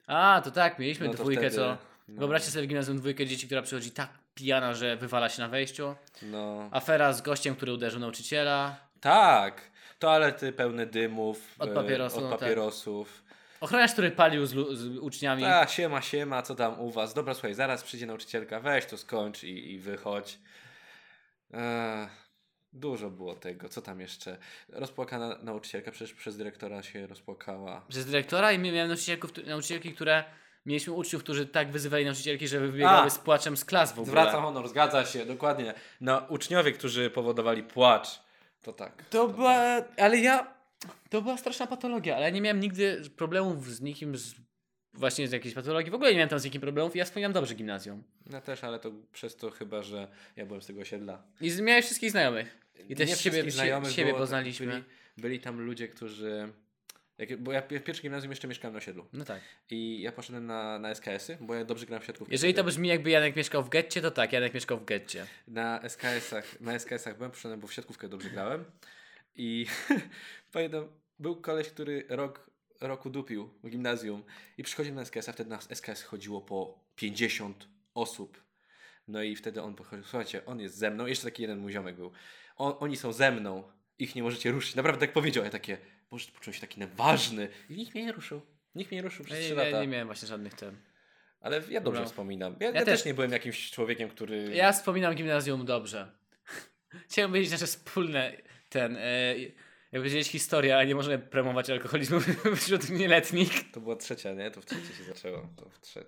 B: A, to tak, mieliśmy
A: No to
B: dwójkę,
A: wtedy-
B: co.
A: no.
B: Wyobraźcie sobie w gimnazjum dwójkę dzieci, która przychodzi tak pijana, że wywala się na wejściu.
A: No.
B: Afera z gościem, który uderzył nauczyciela.
A: Tak. Toalety pełne dymów.
B: Od
A: e,
B: papierosu,
A: Od
B: no tak.
A: papierosów.
B: Ochroniarz, który palił z, lu- z uczniami.
A: A, siema, siema, co tam u was? Dobra, słuchaj, zaraz przyjdzie nauczycielka, weź to skończ i, i wychodź. Eee, dużo było tego, co tam jeszcze? Rozpłakana nauczycielka, przecież przez dyrektora się rozpłakała.
B: Przez dyrektora i miałem nauczycielków, któ- nauczycielki, które... Mieliśmy uczniów, którzy tak wyzywali nauczycielki, że wybiegały
A: A.
B: z płaczem z klas w ogóle.
A: Zwracam honor, zgadza się, dokładnie. No, uczniowie, którzy powodowali płacz, to tak.
B: To była, ale ja, to była straszna patologia, ale ja nie miałem nigdy problemów z nikim, z, właśnie z jakiejś patologii, w ogóle nie miałem tam z nikim problemów i ja wspominam dobrze gimnazjum.
A: Ja też, ale to przez to chyba, że ja byłem z tego osiedla.
B: I z- miałem wszystkich znajomych. I też
A: Nie
B: siebie,
A: wszystkich
B: sie, siebie
A: było, tak,
B: poznaliśmy.
A: Byli, byli tam ludzie, którzy... jak- Bo ja w pierwszym gimnazjum jeszcze mieszkałem na osiedlu.
B: No tak.
A: I ja poszedłem na, na SKS-y, bo ja dobrze grałem w siatkówkę.
B: Jeżeli to brzmi jakby Janek mieszkał w getcie, to tak, Janek mieszkał w getcie.
A: Na SKS-ach, na SKS-ach byłem, poszedłem, bo w siatkówkę dobrze grałem. I pamiętam, był koleś, który rok, roku dupił w gimnazjum i przychodził na SKS-a, wtedy na SKS chodziło po 50 osób. No i wtedy on pochodził, słuchajcie, on jest ze mną, jeszcze taki jeden mój ziomek był. On, oni są ze mną, ich nie możecie ruszyć. Naprawdę tak powiedział, ja takie, może poczułem się taki ważny. I nikt mnie nie ruszył. Nikt mnie nie ruszył przez
B: Ja,
A: 3
B: nie- ja
A: lata.
B: nie miałem właśnie żadnych tym.
A: Ale ja dobrze
B: No.
A: wspominam. Ja, ja,
B: też.
A: też. nie byłem jakimś człowiekiem, który.
B: Ja wspominam gimnazjum dobrze. Chciałem powiedzieć nasze wspólne, ten, e, jakby powiedzieć historia, ale nie możemy promować alkoholizmu wśród nieletnich.
A: To była trzecia, nie? To w trzeciej się zaczęło. To w trze...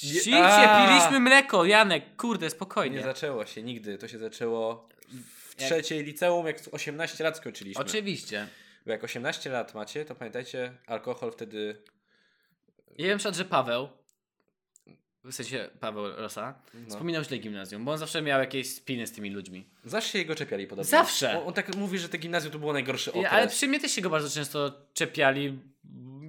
B: Cicie,
A: A!
B: piliśmy mleko, Janek, kurde,
A: Nie,
B: spokojnie.
A: zaczęło się nigdy. To się zaczęło w
B: Jak-
A: trzeciej liceum, jak z 18 lat skończyliśmy.
B: Oczywiście.
A: Bo jak 18 lat macie, to pamiętajcie, alkohol wtedy...
B: Ja wiem przykład, że Paweł, w sensie Paweł Rosa,
A: No.
B: wspominał źle gimnazjum, bo on zawsze miał jakieś spiny z tymi ludźmi.
A: Zawsze się go czepiali podobno.
B: Zawsze!
A: On, on tak mówi, że te gimnazjum to było najgorszy
B: Ja,
A: okres.
B: ale przy mnie też się go bardzo często czepiali,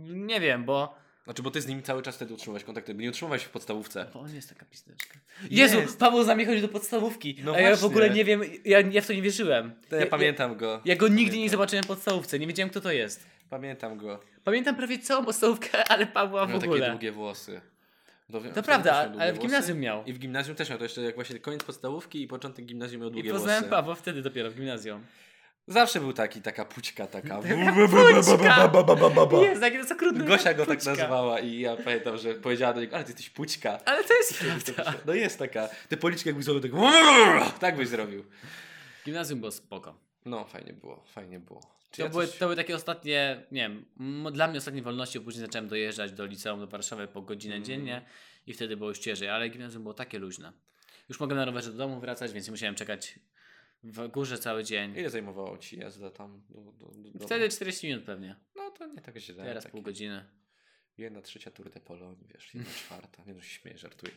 B: nie wiem, bo...
A: Znaczy, bo ty z nimi cały czas wtedy utrzymywałeś kontakty. Nie utrzymywałeś w podstawówce.
B: Bo on jest taka pisteczka.
A: Jest.
B: Jezu, Paweł z nami chodził do podstawówki,
A: No
B: a ja w
A: właśnie.
B: ogóle nie wiem, ja, ja w to nie wierzyłem.
A: Ja, pamiętam go.
B: Ja, ja go nigdy nie
A: Pamiętam.
B: zobaczyłem w podstawówce, nie wiedziałem kto to jest.
A: Pamiętam go.
B: Pamiętam prawie całą podstawówkę, ale Pawła w
A: Miał
B: ogóle.
A: takie długie włosy. Do,
B: To prawda, ale w gimnazjum miał.
A: I w gimnazjum też miał. To jeszcze jak właśnie koniec podstawówki i początek gimnazjum miał
B: I
A: długie
B: poznałem
A: włosy.
B: Pawła wtedy dopiero w gimnazjum.
A: Zawsze był taki, taka pućka, taka.
B: Jest, takie to jest okrutne.
A: Gosia go tak
B: Pućka.
A: nazwała i ja pamiętam, że powiedziała do niego, ale ty jesteś pućka.
B: Ale to jest prawda.
A: No jest taka. Te policzki jakby zrobił tak. Tak byś zrobił.
B: Gimnazjum było spoko.
A: No, fajnie było, fajnie było. Czy
B: To,
A: ja
B: były,
A: coś-
B: to były takie ostatnie, nie wiem, m- dla mnie ostatnie wolności, bo później zacząłem dojeżdżać do liceum, do Warszawy po godzinę
A: Mm.
B: dziennie i wtedy było już ciężej, ale gimnazjum było takie luźne. Już mogłem na rowerze do domu wracać, więc nie musiałem czekać w górze cały dzień.
A: Ile zajmowało ci jazda tam do, do, do, do
B: Wtedy 40 minut pewnie,
A: No to nie tak źle.
B: teraz
A: Takie
B: pół godziny.
A: Jedna trzecia Tour de Pologne, wiesz, jedna
B: Mm.
A: czwarta. Nie no się śmieję, żartuję.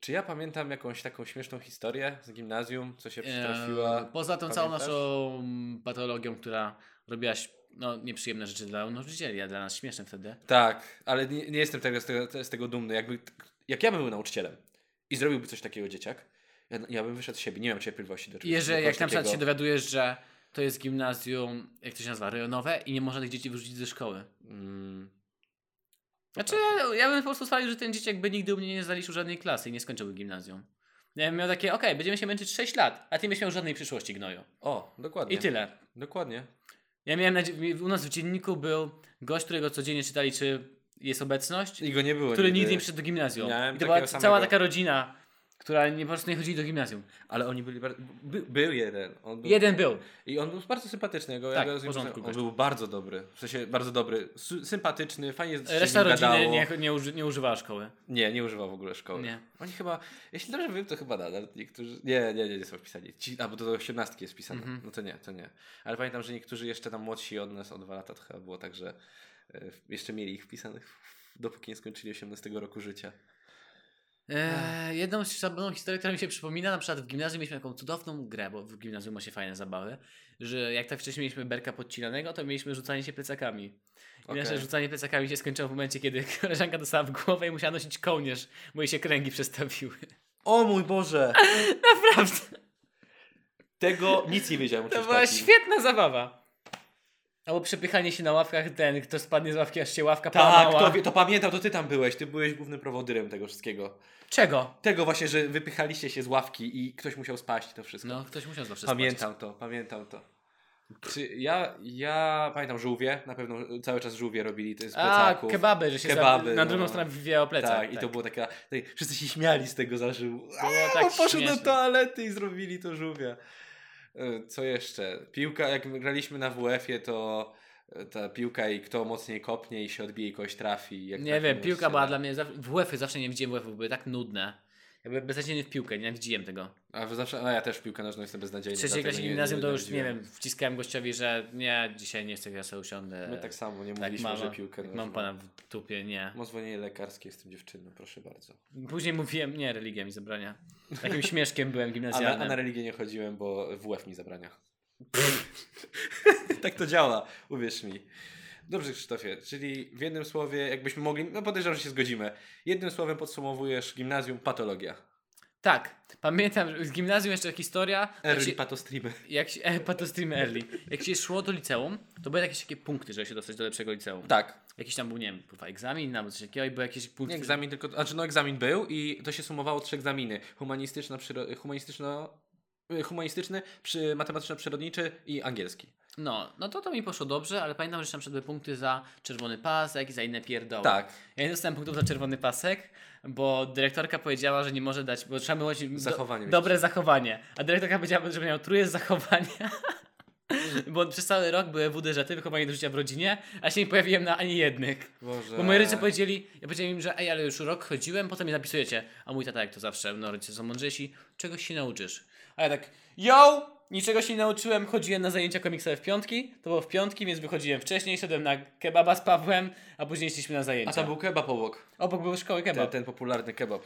A: Czy ja pamiętam jakąś taką śmieszną historię z gimnazjum, co się przytrafiła?
B: Eee, Poza tą całą
A: Pamiętasz?
B: naszą mm, patologią, która robiłaś no, nieprzyjemne rzeczy dla nauczycieli, a dla nas śmieszne wtedy.
A: Tak, ale nie, nie jestem tego, z, tego, z tego dumny. Jakby, jak ja bym był nauczycielem i zrobiłby coś takiego dzieciak, ja, ja bym wyszedł z siebie, nie miałem cierpliwości do
B: I
A: czegoś
B: jeżeli
A: do
B: jak
A: kogoś
B: na przykład się
A: takiego.
B: dowiadujesz, że to jest gimnazjum, jak to się nazywa, rejonowe i nie można tych dzieci wyrzucić ze szkoły.
A: Mm,
B: Znaczy ja, ja bym po prostu ustalił, że ten dzieciak by nigdy u mnie nie zaliczył żadnej klasy i nie skończyłby gimnazjum. Ja bym miał takie, okej, będziemy się męczyć 6 lat, a ty nie miał żadnej przyszłości gnoju.
A: o, dokładnie.
B: I tyle.
A: Dokładnie.
B: Ja miałem, nadzie- u nas w dzienniku był gość, którego codziennie czytali, czy jest obecność.
A: I go nie było
B: który nigdy
A: nigdy
B: nie przyszedł do gimnazjum.
A: Miałem
B: I to była
A: takiego
B: cała
A: samego.
B: taka rodzina, która nie, po prostu nie chodzili do gimnazjum.
A: Ale oni byli bardzo... By, był jeden. On był,
B: Jeden był.
A: I on był bardzo sympatyczny. Ja go,
B: Tak,
A: ja go
B: w
A: rozumiem,
B: porządku
A: On
B: gość.
A: był bardzo dobry. W sensie bardzo dobry. Sy- Sympatyczny, fajnie z- się
B: Reszta
A: z nim
B: rodziny
A: gadało.
B: nie, nie, uży, nie używała szkoły.
A: Nie, nie używa w ogóle szkoły.
B: Nie.
A: Oni chyba, jeśli dobrze wiem, to chyba nadal niektórzy... Nie, nie, nie, nie są wpisani. Ci, a, bo to do 18 jest wpisane.
B: Mhm.
A: No to nie, to nie. Ale pamiętam, że niektórzy jeszcze tam młodsi od nas o dwa lata to chyba było tak, że e, w- jeszcze mieli ich wpisanych dopóki nie skończyli 18 roku życia.
B: Eee, jedną szabloną historię, która mi się przypomina, na przykład w gimnazjum mieliśmy taką cudowną grę, bo w gimnazjum ma się fajne zabawy, że jak tak wcześniej mieliśmy berka podcinanego, to mieliśmy rzucanie się plecakami. I
A: Okej.
B: nasze rzucanie plecakami się skończyło w momencie, kiedy koleżanka dostała w głowę i musiała nosić kołnierz, bo jej się kręgi przestawiły.
A: O mój Boże!
B: Naprawdę,
A: Tego nic nie wiedziałem. o
B: to
A: czymś
B: była
A: takim.
B: świetna zabawa. Albo przepychanie się na ławkach, ten, kto spadnie z ławki, aż się ławka
A: Tak,
B: połamała.
A: to, wie- to pamiętam, to ty tam byłeś. Ty byłeś głównym prowodyrem tego wszystkiego.
B: Czego?
A: Tego właśnie, że wypychaliście się z ławki i ktoś musiał spaść to wszystko.
B: No, ktoś musiał zawsze
A: pamiętam to, pamiętam to. Czy ja, ja pamiętam żółwie, na pewno cały czas żółwie robili to z
B: A,
A: plecaków.
B: kebaby, że się
A: Kebaby,
B: za, na
A: no.
B: drugą stronę wywijało plecak.
A: tak, i to było taka, tak, wszyscy się śmiali z tego zażyłu.
B: było
A: Tak poszedł
B: śmieszne.
A: do toalety i zrobili to żółwia. E, Co jeszcze? Piłka, jak graliśmy na WF-ie, to e, ta piłka i kto mocniej kopnie i się odbije i kogoś trafi. Jak
B: Nie
A: trafi, Tak,
B: wiem,
A: no, to
B: piłka
A: się
B: była
A: da.
B: dla mnie. zaw- WF-y zawsze nie widziałem WF-ów, były tak nudne. Ja byłem beznadziejny w piłkę, nienawidziłem tego.
A: A wy zawsze, a ja też w piłkę nożną jestem
B: W
A: beznadziejny.
B: trzeciej
A: dlatego
B: klasie
A: nie-
B: gimnazjum to już, nie
A: nienawidziłem.
B: wiem, wciskałem gościowi, że nie, dzisiaj nie chcę, ja sobie usiądę.
A: My tak samo, nie
B: Tak,
A: mówiliśmy,
B: mama,
A: że piłkę
B: jak
A: nożną.
B: Mam pana w tupie, nie.
A: Mam dzwonienie lekarskie, jestem dziewczyną, proszę bardzo.
B: Później mówiłem, nie, religia mi zabrania. Takim śmieszkiem byłem
A: A na,
B: gimnazjalnym.
A: a na religię nie chodziłem, bo WF mi zabrania. tak to działa, uwierz mi. Dobrze, Krzysztofie, czyli w jednym słowie, jakbyśmy mogli, no podejrzewam, że się zgodzimy. Jednym słowem podsumowujesz gimnazjum patologia.
B: Tak, pamiętam, że z gimnazjum jeszcze historia. jak
A: Early
B: się-
A: patostreamy.
B: Jak się, e, pato stream early. Jak się szło do liceum, to były jakieś takie punkty, żeby się dostać do lepszego liceum.
A: Tak,
B: Jakiś tam był, nie wiem, chyba egzamin albo coś takiego i były jakieś punkty.
A: nie egzamin tylko, znaczy no egzamin był i to się sumowało trzy egzaminy. Humanistyczna, przyro, humanistyczno, y, humanistyczny, przy, matematyczno-przyrodniczy i angielski.
B: No, no to to mi poszło dobrze, ale pamiętam, że tam były punkty za czerwony pasek i za inne pierdoły.
A: Tak,
B: Ja nie dostałem punktów za czerwony pasek, bo dyrektorka powiedziała, że nie może dać, bo trzeba było do,
A: Zachowanie mieć.
B: dobre zachowanie. A dyrektorka powiedziała, że miał truje zachowania. Bo przez cały rok były WDŻ, wychowanie do życia w rodzinie, a się nie pojawiłem na ani jednych.
A: Boże.
B: Bo moi rodzice powiedzieli, ja powiedziałem im, że ej, ale już rok chodziłem, potem mnie zapisujecie. A mój tata, jak to zawsze, no rodzice są mądrzejsi, czegoś się nauczysz. A ja tak, yo, niczego się nie nauczyłem, chodziłem na zajęcia komiksowe w piątki, to było w piątki, więc wychodziłem wcześniej, szedłem na kebaba z Pawłem, a później szliśmy na zajęcia.
A: A tam był kebab obok.
B: Obok były szkoły
A: Ten,
B: kebab.
A: ten popularny kebab.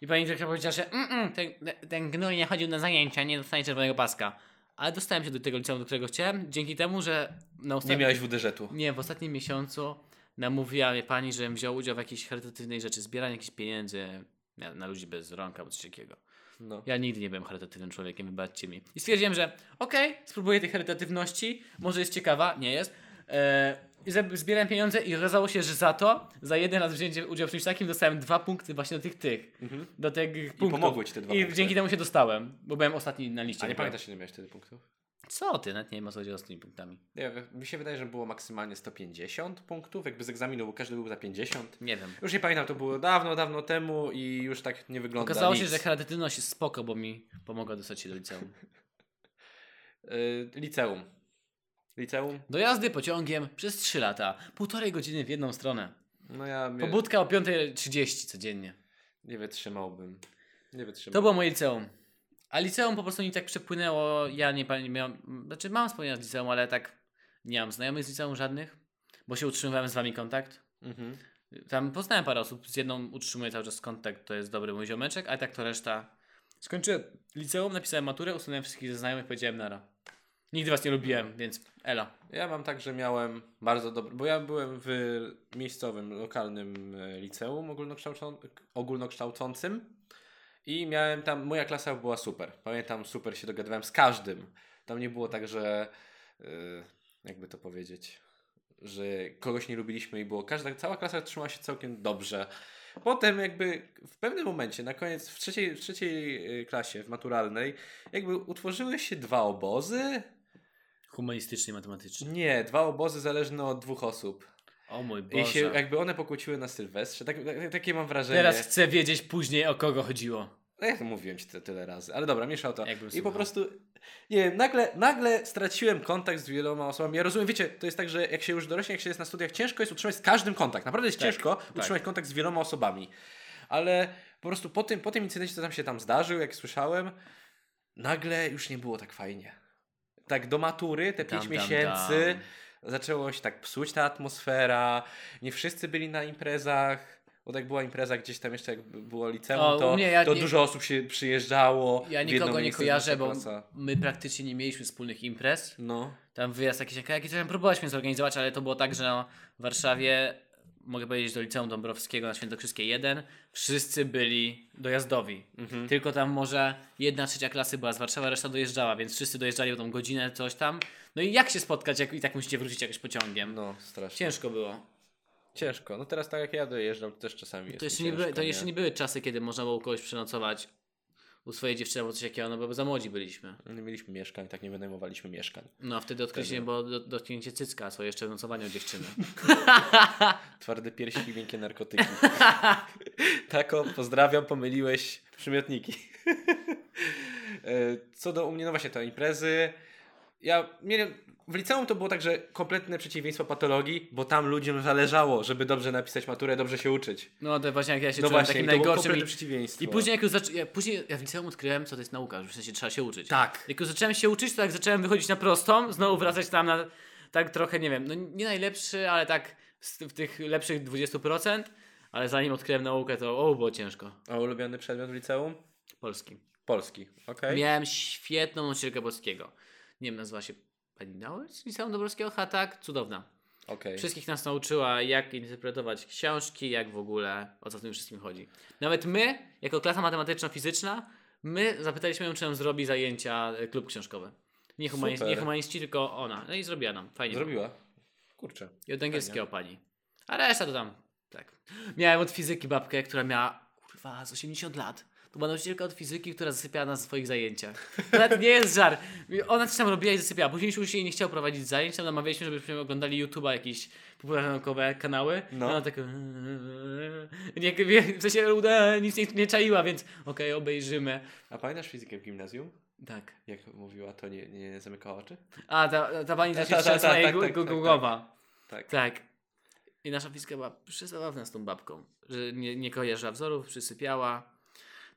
B: I pani dyrektor powiedziała, że mm, mm, ten, ten gnój nie chodził na zajęcia, nie dostanie czerwonego paska. Ale dostałem się do tego liceum, do którego chciałem, dzięki temu, że na
A: Tak. Nie
B: ostatnim...
A: miałeś WDŻ-u.
B: Nie, w ostatnim miesiącu namówiła mnie pani, żebym wziął udział w jakiejś charytatywnej rzeczy, zbieranie jakichś pieniędzy na, na ludzi bez rąk albo coś takiego.
A: No.
B: Ja nigdy nie byłem charytatywnym człowiekiem, wybaczcie mi. I stwierdziłem, że okej, spróbuję tej charytatywności, może jest ciekawa, nie jest. Eee, I zeb- zbierałem pieniądze i okazało się, że za to, za jeden raz wzięcie udział w czymś takim, dostałem dwa punkty właśnie do tych tych. Do tych punktów.
A: Mhm. pomogły ci te dwa
B: I
A: punkty.
B: dzięki temu się dostałem, bo byłem ostatni na liście.
A: A nie
B: Byłem.
A: pamiętasz, ile miałeś wtedy punktów?
B: Co ty, nawet nie wiem o co chodzi z tymi punktami.
A: Nie, mi się wydaje, że było maksymalnie 150 punktów, jakby z egzaminu, bo każdy był za 50.
B: Nie wiem.
A: Już nie pamiętam, to było dawno, dawno temu i już tak nie wygląda
B: Okazało się,
A: nic.
B: że charytatywność jest spoko, bo mi pomogła dostać się do liceum.
A: Y, liceum. Liceum?
B: Do jazdy pociągiem przez 3 lata. Półtorej godziny w jedną stronę.
A: No ja mnie,
B: Pobudka o 5.30 codziennie.
A: nie wytrzymałbym. Nie wytrzymałbym.
B: To było moje liceum. A liceum po prostu mi tak przepłynęło. Ja nie pamię- miałem. Znaczy, mam wspomnienia z liceum, ale tak nie mam znajomych z liceum żadnych, bo się utrzymywałem z wami kontakt.
A: Mhm.
B: Tam poznałem parę osób. Z jedną utrzymuję cały czas kontakt, to jest dobry mój ziomeczek, a tak to reszta. Skończyłem liceum, napisałem maturę, usunąłem wszystkich ze znajomych, powiedziałem nara. Nigdy was nie lubiłem, więc elo.
A: Ja mam tak, że miałem bardzo dobry, bo ja byłem w miejscowym, lokalnym e, liceum ogólnokształcą- ogólnokształcącym i miałem tam, moja klasa była super. Pamiętam, super się dogadywałem z każdym. Tam nie było tak, że e, jakby to powiedzieć, że kogoś nie lubiliśmy i było każda, cała klasa trzymała się całkiem dobrze. Potem jakby w pewnym momencie, na koniec, w trzeciej, w trzeciej e, klasie, w maturalnej, jakby utworzyły się dwa obozy.
B: Humanistycznie, matematycznie.
A: Nie, dwa obozy zależne od dwóch osób.
B: O mój Boże.
A: I się jakby one pokłóciły na Sylwestrze. Tak, tak, takie mam wrażenie.
B: Teraz chcę wiedzieć później o kogo chodziło.
A: No ja to mówiłem ci te, tyle razy, ale dobra, mieszał to.
B: Jakbym
A: I po
B: słuchał.
A: prostu, nie wiem, nagle, nagle straciłem kontakt z wieloma osobami. Ja rozumiem, wiecie, to jest tak, że jak się już dorośnie, jak się jest na studiach, ciężko jest utrzymać z każdym kontakt. Naprawdę jest
B: Tak,
A: ciężko utrzymać kontakt z wieloma osobami. Ale po prostu po tym, po tym incydencie, co tam się tam zdarzył, jak słyszałem, nagle już nie było tak fajnie. Tak do matury, te
B: Dam,
A: pięć
B: dam,
A: miesięcy...
B: dam.
A: zaczęło się tak psuć ta atmosfera, nie wszyscy byli na imprezach, bo tak była impreza gdzieś tam jeszcze jak było liceum,
B: O, u
A: to,
B: mnie ja
A: to
B: nie-
A: dużo osób się przyjeżdżało.
B: Ja
A: w jedno
B: nikogo nie
A: miejsce,
B: kojarzę,
A: nasza
B: bo
A: klasa.
B: my praktycznie nie mieliśmy wspólnych imprez.
A: No,
B: Tam wyjazd jakiś jaki tam próbowaliśmy zorganizować, ale to było tak, że no, w Warszawie mogę powiedzieć, do Liceum Dąbrowskiego na Świętokrzyskie 1, wszyscy byli dojazdowi.
A: mhm.
B: Tylko tam może jedna trzecia klasy była z Warszawy, reszta dojeżdżała, więc wszyscy dojeżdżali o tą godzinę, coś tam. No i jak się spotkać, jak i tak musicie wrócić jakoś pociągiem?
A: No, strasznie.
B: Ciężko było.
A: Ciężko. No teraz tak jak ja dojeżdżam, to też czasami jest
B: To
A: mi
B: jeszcze, nie
A: ciężko,
B: były, to jeszcze nie były czasy, kiedy można było u kogoś przenocować u swojej dziewczyny albo coś jakiego, no bo za młodzi byliśmy.
A: Nie mieliśmy mieszkań, tak nie wynajmowaliśmy mieszkań.
B: No, wtedy odkryliśmy, bo do, dotknięcie cycka, swoje jeszcze nocowanie u dziewczyny.
A: Twarde piersi i miękkie narkotyki. Tako, pozdrawiam, pomyliłeś przymiotniki. E, Co do u mnie, no właśnie, te imprezy. Ja miałem, w liceum to było także kompletne przeciwieństwo patologii, bo tam ludziom zależało, żeby dobrze napisać maturę, dobrze się uczyć.
B: No to właśnie jak ja się
A: No
B: czułem
A: właśnie,
B: takim
A: i to było
B: najgorszym
A: kompletne
B: i,
A: przeciwieństwo.
B: i później jak już zaczę... ja, później ja w liceum odkryłem, co to jest nauka, że w sensie trzeba się uczyć.
A: Tak.
B: Jak już zacząłem się uczyć, to tak zacząłem wychodzić na prostą, znowu wracać tam na tak trochę, nie wiem, no nie najlepszy, ale tak z- w tych lepszych 20%, ale zanim odkryłem naukę, to o, było ciężko.
A: A ulubiony przedmiot w liceum?
B: Polski.
A: Polski, okej.
B: Miałem świetną nauczycielkę polskiego. Nie wiem, nazywa się pani Nauer z liceum Dobrowskiego? Ha, tak, cudowna.
A: Okej.
B: Wszystkich nas nauczyła, jak interpretować książki, jak w ogóle o co w tym wszystkim chodzi. Nawet my, jako klasa matematyczno-fizyczna, my zapytaliśmy ją, czy nam zrobi zajęcia e, klub książkowy. Nie, humani-
A: Super.
B: nie humaniści, tylko ona. No i zrobiła nam. Fajnie. było.
A: Zrobiła. Kurczę.
B: I od angielskiego pani. A reszta to tam. Tak. Miałem od fizyki babkę, która miała kurwa z 80 lat. To była nauczycielka od fizyki, która zasypiała na swoich zajęciach. To nawet nie jest żar. Ona coś tam robiła i zasypiała. Później już jej nie chciał prowadzić zajęć, tam namawialiśmy, żebyśmy oglądali YouTube'a, jakieś popularne naukowe kanały.
A: No.
B: No. Ona tak... Nie, w sensie uda- nic nie, nie czaiła, więc okej, obejrzymy.
A: A pamiętasz fizykę w gimnazjum?
B: Tak.
A: Jak mówiła, to nie, nie zamykała oczy?
B: A, ta, ta pani
A: Ta-
B: też
A: ta- ta- ta-
B: się trzęsła
A: tak, tak,
B: tak,
A: tak,
B: głowa.
A: Tak.
B: Tak. I nasza fizyka była przezabawna z tą babką, że nie, nie kojarzyła wzorów, przysypiała.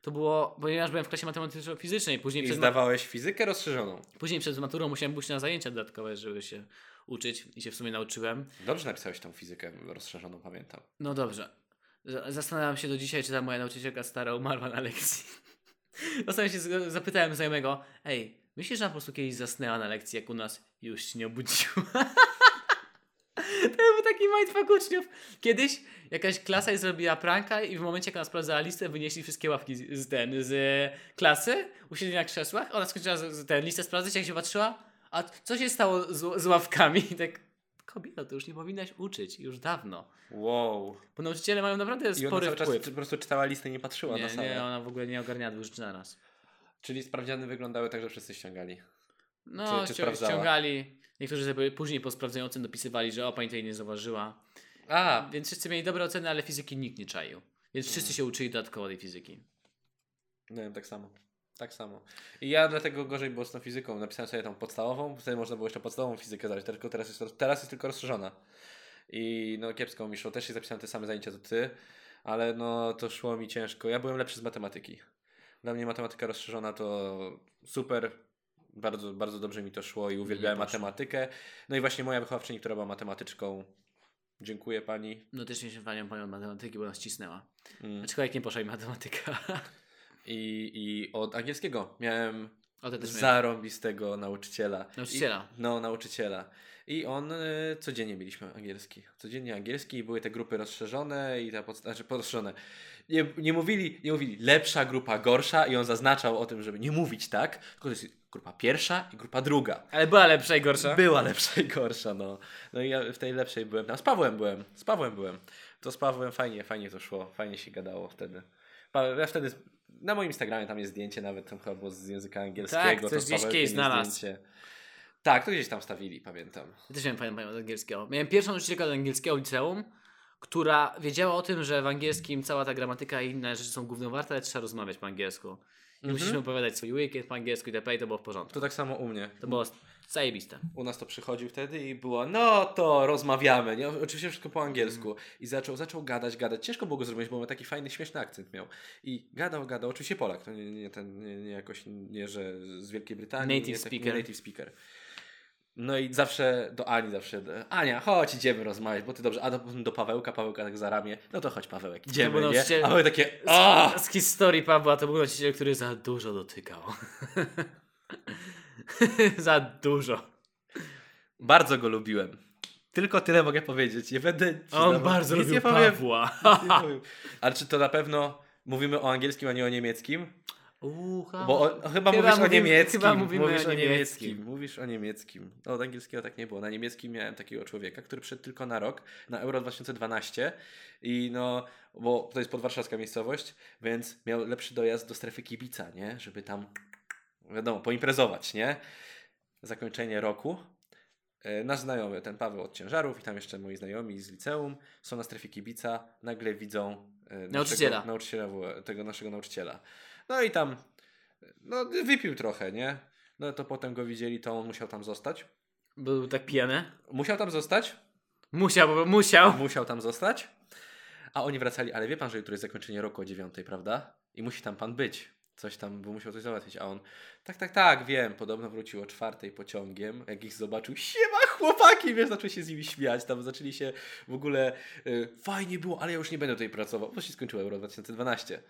B: To było, ponieważ byłem w klasie matematyczno-fizycznej, później,
A: I
B: przed, ma-
A: zdawałeś fizykę rozszerzoną.
B: później przed maturą musiałem pójść na zajęcia dodatkowe, żeby się uczyć i się w sumie nauczyłem.
A: Dobrze napisałeś tą fizykę rozszerzoną, pamiętam.
B: No dobrze. Z- Zastanawiam się do dzisiaj, czy ta moja nauczycielka stara umarła na lekcji. Ostatnio się z- zapytałem znajomego, ej, myślisz, że ona po prostu kiedyś zasnęła na lekcji, jak u nas już się nie obudziła? to był taki mindfuck uczniów. Kiedyś jakaś klasa jej zrobiła pranka i w momencie, jak ona sprawdzała listę, wynieśli wszystkie ławki z, z, ten, z e, klasy, usiedli na krzesłach, ona skończyła z, z ten, listę sprawdzać, jak się patrzyła, a co się stało z, z ławkami? I tak, kobieto, to już nie powinnaś uczyć, już dawno.
A: Wow.
B: Bo nauczyciele mają naprawdę
A: I ona
B: spory
A: cały czas
B: wpływ.
A: po prostu czytała listę i nie patrzyła na
B: Nie,
A: same.
B: nie, ona w ogóle nie ogarnia dwóch rzeczy na raz.
A: Czyli sprawdziany wyglądały tak, że wszyscy ściągali.
B: No,
A: Czy- czy
B: ścią-
A: sprawdzała?
B: ściągali. Niektórzy sobie później po sprawdzającym dopisywali, że o, pani tej nie zauważyła.
A: A, Mm.
B: Więc wszyscy mieli dobre oceny, ale fizyki nikt nie czaił. Więc wszyscy się uczyli dodatkowo tej fizyki.
A: no wiem, tak samo. Tak samo. I ja dlatego gorzej było z tą fizyką. Napisałem sobie tą podstawową, wtedy można było jeszcze podstawową fizykę zdać, tylko teraz jest, teraz jest tylko rozszerzona. I no kiepską mi szło. Też się zapisałem te same zajęcia co ty, ale no to szło mi ciężko. Ja byłem lepszy z matematyki. Dla mnie matematyka rozszerzona to super. Bardzo, bardzo dobrze mi to szło i uwielbiałem
B: poszło.
A: matematykę. No i właśnie moja wychowawczyni, która była matematyczką. Dziękuję pani.
B: No też nie się panią panią od matematyki, bo nas cisnęła.
A: Mm.
B: Aczkolwiek nie poszła mi matematyka.
A: I, I od angielskiego miałem
B: o, to też miałem.
A: zarąbistego nauczyciela.
B: Nauczyciela.
A: I, no, nauczyciela. I on, y, codziennie mieliśmy angielski. Codziennie angielski i były te grupy rozszerzone i ta podsta- znaczy rozszerzone. Nie, nie, mówili, nie mówili lepsza grupa, gorsza i on zaznaczał o tym, żeby nie mówić tak, tylko to jest grupa pierwsza i grupa druga.
B: Ale była lepsza i gorsza.
A: Była lepsza i gorsza, no. No i ja w tej lepszej byłem. Tam z Pawłem byłem. Z Pawłem byłem. To z Pawłem fajnie, fajnie to szło. Fajnie się gadało wtedy. Paweł, ja wtedy... Na moim Instagramie tam jest zdjęcie nawet, tam chyba było z języka angielskiego.
B: Tak,
A: to
B: coś
A: z
B: gdzieś
A: Pawełem
B: kiedyś
A: mieli
B: znalazł.
A: zdjęcie. Tak, to gdzieś tam stawili, pamiętam.
B: Ja też miałem panią, panią od angielskiego. Miałem pierwszą nauczycielkę od angielskiego w liceum, która wiedziała o tym, że w angielskim cała ta gramatyka i inne rzeczy są główną warte, ale trzeba rozmawiać po angielsku. I musieliśmy opowiadać swój weekend po angielsku i tak dalej, to było w porządku.
A: To tak samo u mnie.
B: To było zajebiste.
A: U nas to przychodził wtedy i było, no to rozmawiamy. Nie? Oczywiście wszystko po angielsku.
B: Mm.
A: I zaczął, zaczął gadać, gadać. Ciężko było go zrozumieć, bo on taki fajny, śmieszny akcent miał. I gadał, gadał. Oczywiście Polak, to nie, nie, ten, nie, nie jakoś, nie, że z Wielkiej Brytanii.
B: Native
A: nie,
B: speaker.
A: Nie native speaker. No i zawsze do Ani zawsze, Ania, chodź, idziemy rozmawiać, bo ty dobrze, a do, do Pawełka, Pawełka tak za ramię, no to chodź Pawełek, idziemy,
B: był
A: nie?
B: nauczyciel-
A: A Paweł takie, aaa!
B: Z historii Pawła to był nauczyciel, który za dużo dotykał. za dużo.
A: Bardzo go lubiłem. Tylko tyle mogę powiedzieć. Nie będę. ci
B: A on
A: dawał-
B: bardzo
A: nic
B: lubił
A: nie powiem,
B: Pawła.
A: nic nie powiem. Ale czy to na pewno mówimy o angielskim, a nie o niemieckim?
B: Ucha.
A: Bo o, chyba,
B: No. Chyba
A: mówisz o
B: mówimy-
A: niemieckim.
B: chyba mówimy
A: mówisz
B: o
A: o niemieckim.
B: niemieckim.
A: Mówisz o niemieckim. No, od angielskiego tak nie było. Na niemieckim miałem takiego człowieka, który przyszedł tylko na rok, na Euro 2012 i no, bo to jest podwarszawska miejscowość, więc miał lepszy dojazd do strefy kibica, nie? Żeby tam, wiadomo, poimprezować, nie? Zakończenie roku. E, Nasz znajomy, ten Paweł od ciężarów i tam jeszcze moi znajomi z liceum są na strefie kibica, nagle widzą e, naszego,
B: Nauczyciela.
A: nauczyciela w- tego naszego nauczyciela. No i tam no, wypił trochę, nie? No to potem go widzieli, to on musiał tam zostać.
B: Był tak pijany.
A: Musiał tam zostać?
B: Musiał, bo musiał.
A: Musiał tam zostać. A oni wracali, ale wie pan, że jutro jest zakończenie roku o dziewiątej, prawda? I musi tam pan być. Coś tam, bo musiał coś załatwić. A on, tak, tak, tak, wiem. Podobno wrócił o czwartej pociągiem. Jak ich zobaczył, siema chłopaki, wiesz, zaczął się z nimi śmiać. Tam zaczęli się w ogóle, y, fajnie było, ale ja już nie będę tutaj pracował, bo się skończyło Euro 2012.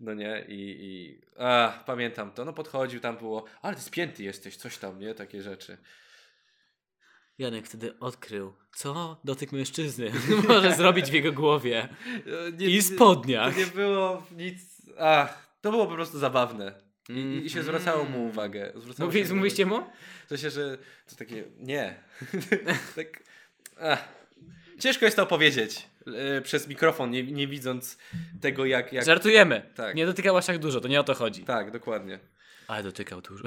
A: No nie, i, i a, pamiętam to. No podchodził, tam było, ale ty spięty jesteś, coś tam, nie? Takie rzeczy.
B: Janek wtedy odkrył, co dotyk mężczyzny może zrobić w jego głowie
A: E, nie-
B: i
A: nie-
B: spodniach.
A: To nie było nic. Ach, to było po prostu zabawne. I, i- i się
B: Mhm.
A: zwracało mu uwagę. Zwracało
B: Mówi,
A: się mu
B: mówiliście mu?
A: uwagę. W sensie, że to takie. Nie. tak. Ach. Ciężko jest to opowiedzieć e, przez mikrofon, nie, nie widząc tego, jak. jak...
B: Żartujemy.
A: Tak.
B: Nie dotykałaś tak dużo, to nie o to chodzi.
A: Tak, dokładnie.
B: Ale dotykał dużo.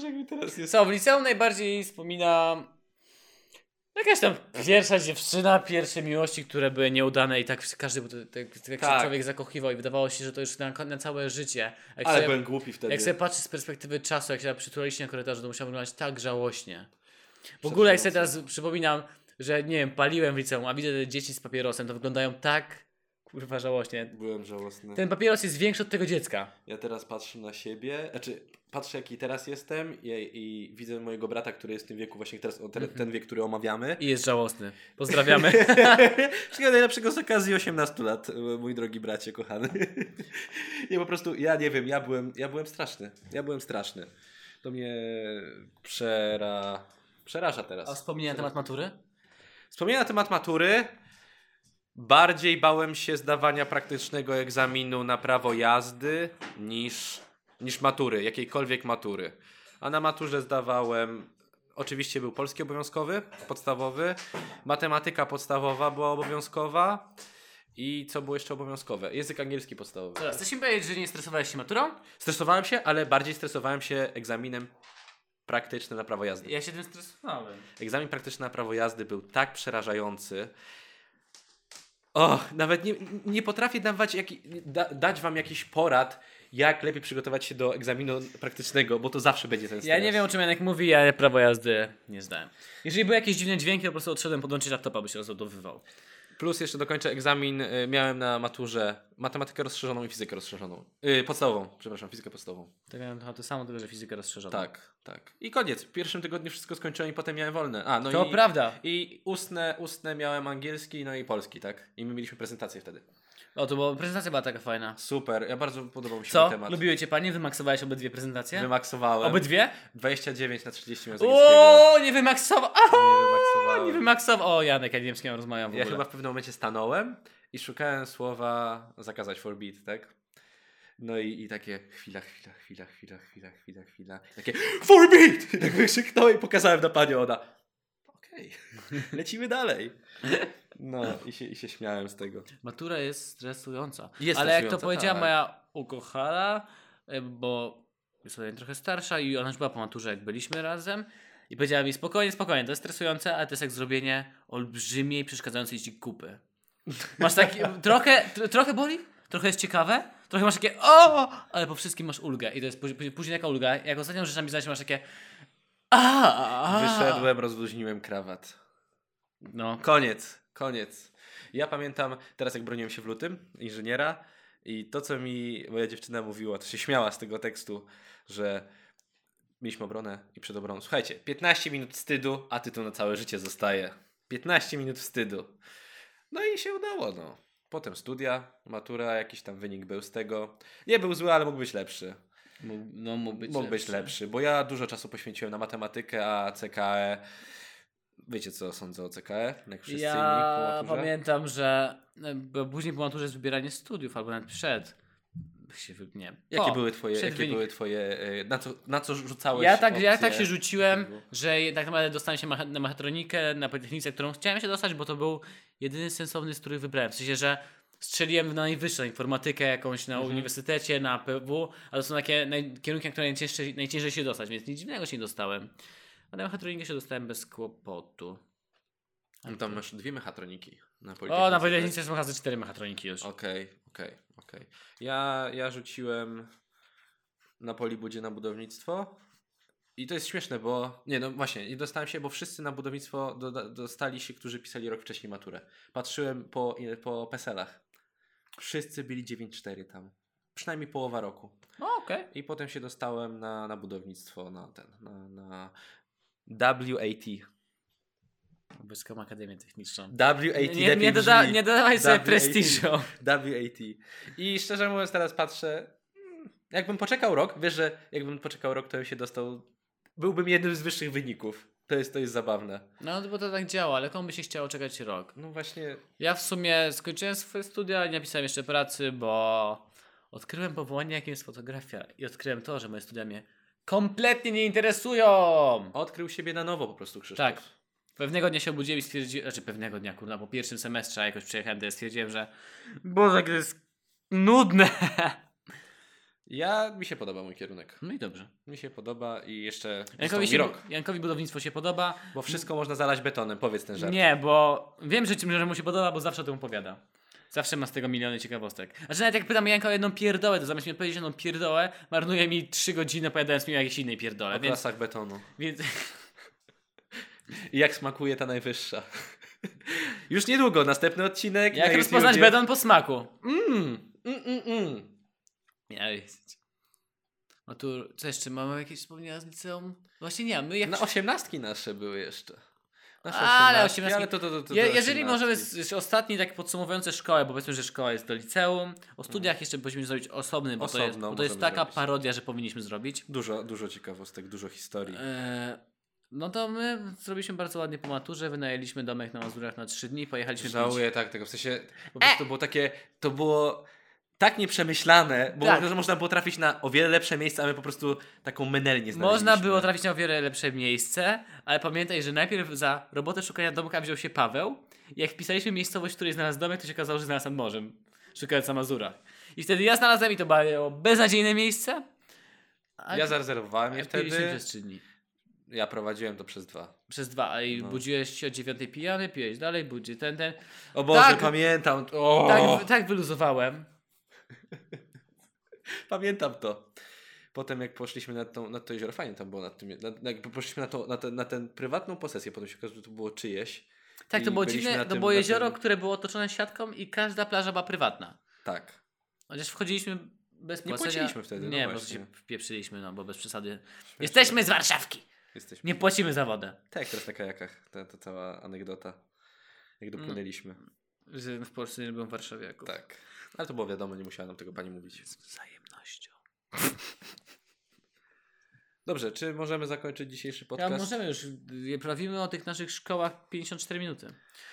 A: Że mi teraz jest.
B: Co, w liceum najbardziej wspominam jakaś tam pierwsza dziewczyna, pierwsze miłości, które były nieudane i tak każdy był, tak, tak, tak
A: Tak.
B: się człowiek zakochiwał i wydawało się, że to już na, na całe życie. Jak
A: Ale
B: sobie,
A: byłem głupi wtedy.
B: jak sobie patrzy z perspektywy czasu, jak się przytulaliście na korytarzu, to musiał wyglądać tak żałośnie. W ogóle jak sobie teraz przypominam, że nie wiem, paliłem w liceum, a widzę te dzieci z papierosem, to wyglądają tak kurwa żałośnie.
A: Byłem żałosny.
B: Ten papieros jest większy od tego dziecka.
A: Ja teraz patrzę na siebie, znaczy patrzę jaki teraz jestem i, i widzę mojego brata, który jest w tym wieku właśnie teraz, o, ten,
B: Mhm.
A: ten wiek, który omawiamy.
B: I jest żałosny. Pozdrawiamy.
A: Wszystkiego najlepszego z okazji 18 lat, mój drogi bracie kochany. Nie, po prostu ja nie wiem, ja byłem, ja byłem straszny. Ja byłem straszny. To mnie przera... przeraża
B: A
A: teraz.
B: wspomnienia na temat matury?
A: Wspomniałem na temat matury. Bardziej bałem się zdawania praktycznego egzaminu na prawo jazdy niż, niż matury, jakiejkolwiek matury. A na maturze zdawałem. Oczywiście był polski obowiązkowy, podstawowy, matematyka podstawowa była obowiązkowa i co było jeszcze obowiązkowe? Język angielski podstawowy.
B: Teraz, chcesz mi powiedzieć, że nie stresowałeś się maturą?
A: Stresowałem się, ale bardziej stresowałem się egzaminem praktycznym na prawo jazdy.
B: Ja się tym stresowałem.
A: Egzamin praktyczny na prawo jazdy był tak przerażający. O, nawet nie, nie potrafię dawać jak, da, dać wam jakiś porad, jak lepiej przygotować się do egzaminu praktycznego, bo to zawsze będzie ten stres.
B: Ja nie wiem, o czym Janek mówi, ja prawo jazdy nie zdałem. Jeżeli były jakieś dziwne dźwięki, to po prostu odszedłem podłączyć laptopa, by się rozładowywał.
A: Plus jeszcze dokończę egzamin, y, miałem na maturze matematykę rozszerzoną i fizykę rozszerzoną. Y, podstawową, przepraszam, fizykę podstawową.
B: To miałem chyba to samo, tyle że fizykę rozszerzoną.
A: Tak, tak. I koniec. W pierwszym tygodniu wszystko skończyłem i potem miałem wolne. A, no
B: To
A: i...
B: prawda.
A: I ustne, ustne miałem angielski, no i polski, tak? I my mieliśmy prezentację wtedy.
B: O, to bo prezentacja była taka fajna.
A: Super, ja bardzo podobał mi się
B: Co?
A: ten temat.
B: Lubiły cię panie? Wymaksowałeś obydwie prezentacje?
A: Wymaksowałem.
B: Obydwie?
A: 29 na 30 miałem z angielskiego.
B: O, nie wymaksował! Aha,
A: Nie
B: nie
A: wymaksowałem.
B: wymaksował! O, Janek, ja nie wiem, z kim ja rozmawiam w
A: Ja
B: ogóle.
A: chyba w pewnym momencie stanąłem i szukałem słowa zakazać forbid, tak? No i, i takie chwila, chwila, chwila, chwila, chwila, chwila, chwila. Takie forbid! I tak wykrzyknąłem i pokazałem na panią, ona okej, lecimy dalej. No i się, i się śmiałem z tego.
B: Matura jest stresująca.
A: Jest
B: Ale jak to
A: stresująca,
B: powiedziała
A: tak.
B: moja ukochana, y, bo jest ode mnie trochę starsza i ona już była po maturze, jak byliśmy razem. I powiedziała mi spokojnie, spokojnie, to jest stresujące, ale to jest jak zrobienie olbrzymiej, przeszkadzającej ci kupy. Masz takie, trochę, tr- trochę boli, trochę jest ciekawe, trochę masz takie o, ale po wszystkim masz ulgę. I to jest później, później taka ulga, jak ostatnią rzeczami znaleźć masz takie a, a.
A: Wyszedłem, rozluźniłem krawat.
B: No,
A: Koniec, koniec. Ja pamiętam teraz, jak broniłem się w lutym, inżyniera, i to, co mi moja dziewczyna mówiła, to się śmiała z tego tekstu, że mieliśmy obronę i przed obroną. Słuchajcie, 15 minut wstydu, a tytuł na całe życie zostaje. 15 minut wstydu. No i się udało, no. Potem studia, matura, jakiś tam wynik był z tego. Nie był zły, ale mógł być lepszy.
B: Mógł, no, mógł być
A: Mógł być lepszy, bo ja dużo czasu poświęciłem na matematykę, a CKE. Wiecie, co sądzę o CKE? Jak wszyscy inni
B: Ja
A: po maturze?
B: pamiętam, że e, bo później po maturze jest wybieranie studiów, albo nawet przed. Się wy- nie.
A: Jakie
B: po.
A: były twoje,
B: przed
A: jakie
B: wynik.
A: były twoje e, na, co, na co rzucałeś
B: Ja tak, ja
A: opcje?
B: tak się rzuciłem,
A: było?
B: że je- tak naprawdę dostałem się macha- na mechatronikę, na politechnice, którą chciałem się dostać, bo to był jedyny sensowny, z których wybrałem. W sensie, że strzeliłem na najwyższą informatykę jakąś na
A: Mhm.
B: uniwersytecie, na PW, ale to są takie naj, kierunki, na które najciężej, najciężej się dostać, więc nic dziwnego się nie dostałem. A na mechatronikę się dostałem bez kłopotu.
A: No Tam masz dwie mechatroniki na
B: O, na
A: Politechnice, tak?
B: Politechnice są chyba ze cztery mechatroniki już.
A: Okej, okej, okej. Ja, ja rzuciłem na Polibudzie na budownictwo. I to jest śmieszne, bo. Nie, no właśnie, nie dostałem się, bo wszyscy na budownictwo doda- dostali się, którzy pisali rok wcześniej maturę. Patrzyłem po, ile- po PESELach. Wszyscy byli 9-4 tam. Przynajmniej połowa roku.
B: O, okej.
A: I potem się dostałem na, na budownictwo, na ten, na, na WAT.
B: Wojskową Akademię Techniczną.
A: WAT,
B: Nie,
A: lepiej
B: nie, doda,
A: brzmi.
B: nie dodawaj sobie
A: WAT.
B: prestiżu.
A: WAT. I szczerze mówiąc, teraz patrzę. mm, Jakbym poczekał rok, wiesz, że jakbym poczekał rok, to bym się dostał. Byłbym jednym z wyższych wyników. To jest, to jest zabawne.
B: No, bo to tak działa, ale komu by się chciało czekać rok?
A: No właśnie,
B: Ja w sumie skończyłem swoje studia i napisałem jeszcze pracy, bo odkryłem powołanie, jakim jest fotografia. I odkryłem to, że moje studia mnie kompletnie nie interesują.
A: odkrył siebie na nowo po prostu Krzysztof.
B: Tak. Pewnego dnia się obudziłem i stwierdziłem, znaczy pewnego dnia, kurwa, po pierwszym semestrze jakoś przyjechałem, to ja stwierdziłem, że Boże, jak to jest nudne.
A: Ja, mi się podoba mój kierunek.
B: No i dobrze.
A: Mi się podoba i jeszcze został
B: Jankowi,
A: mi
B: się,
A: rok.
B: Jankowi budownictwo się podoba.
A: Bo wszystko można zalać betonem, powiedz ten żart.
B: Nie, bo wiem, że, ci- że mu się podoba, bo zawsze o tym opowiada. Zawsze ma z tego miliony ciekawostek. A że nawet jak pytam Janka o jedną pierdołę, to zamiast mi odpowiedzieć na jedną pierdołę, marnuje mi trzy godziny opowiadając mi o jakiejś innej
A: O
B: pierdole. Więc,
A: klasach betonu.
B: więc
A: I jak smakuje ta najwyższa. Już niedługo, następny odcinek.
B: jak
A: na
B: rozpoznać
A: YouTubie.
B: beton po smaku?
A: Mm, mm, mm, mm.
B: Jest. A tu, co jeszcze, mamy jakieś wspomnienia z liceum? Właśnie nie, my jak...
A: No osiemnastki nasze były jeszcze.
B: Ale
A: osiemnastki,
B: osiemnastki-
A: ale to, to, to, to, to
B: Je, jeżeli możemy,
A: osiemnastki.
B: s- s- ostatni tak podsumowujące szkołę, bo powiedzmy, że szkoła jest do liceum. O studiach jeszcze powinniśmy zrobić osobny, bo to jest,
A: Osobno
B: bo to jest
A: możemy
B: taka
A: zrobić.
B: parodia, że powinniśmy zrobić.
A: Dużo, dużo ciekawostek, dużo historii.
B: E, No to my zrobiliśmy bardzo ładnie po maturze, wynajęliśmy domek na Mazurach na 3 dni, pojechaliśmy pić.
A: Żałuję tak tego, w sensie po
B: E!
A: prostu było takie, to było tak nieprzemyślane, bo
B: Tak.
A: mo- można było trafić na o wiele lepsze miejsca, a my po prostu taką menelnię znaleźliśmy.
B: Można było trafić na o wiele lepsze miejsce, ale pamiętaj, że najpierw za robotę szukania domka wziął się Paweł. I jak wpisaliśmy miejscowość, w której znalazł domek, to się okazało, że znalazł nad morzem, szukając na Mazurach. I wtedy ja znalazłem i to było beznadziejne miejsce. A
A: Ja zarezerwowałem je
B: wtedy...
A: wtedy,
B: przez 3 dni.
A: ja prowadziłem to przez dwa.
B: Przez dwa, a i
A: No.
B: budziłeś się o dziewiątej pijany, piłeś dalej, budzi ten, ten.
A: O Boże,
B: Tak.
A: pamiętam, o,
B: Tak, tak wyluzowałem.
A: pamiętam to. Potem jak poszliśmy na, tą, na to jezioro, fajnie tam było, nad tym, na, jak poszliśmy na, to, na, te, na tę prywatną posesję, potem się okazało, że to było czyjeś.
B: Tak, to
A: I
B: było
A: byliśmy
B: dziwne,
A: na
B: to
A: tym-
B: było
A: na
B: jezioro,
A: tym-
B: które było otoczone siatką i każda plaża była prywatna.
A: Tak.
B: Chociaż wchodziliśmy bez
A: Nie
B: płacenia.
A: płaciliśmy wtedy, no
B: Nie, po prostu
A: właśnie. tak.
B: się wpieprzyliśmy, no bo bez przesady. Jesteśmy z Warszawki!
A: Jesteśmy.
B: Nie płacimy za wodę.
A: Tak, teraz na kajakach, ta, ta cała anegdota. Jak
B: Mm.
A: dopłynęliśmy.
B: Że w Polsce nie lubią warszawiaków.
A: Tak. Ale to było wiadomo, nie musiała nam tego pani mówić.
B: Z wzajemnością.
A: Dobrze, czy możemy zakończyć dzisiejszy
B: Ja,
A: podcast?
B: możemy już, y, prawimy o tych naszych szkołach 54 minuty.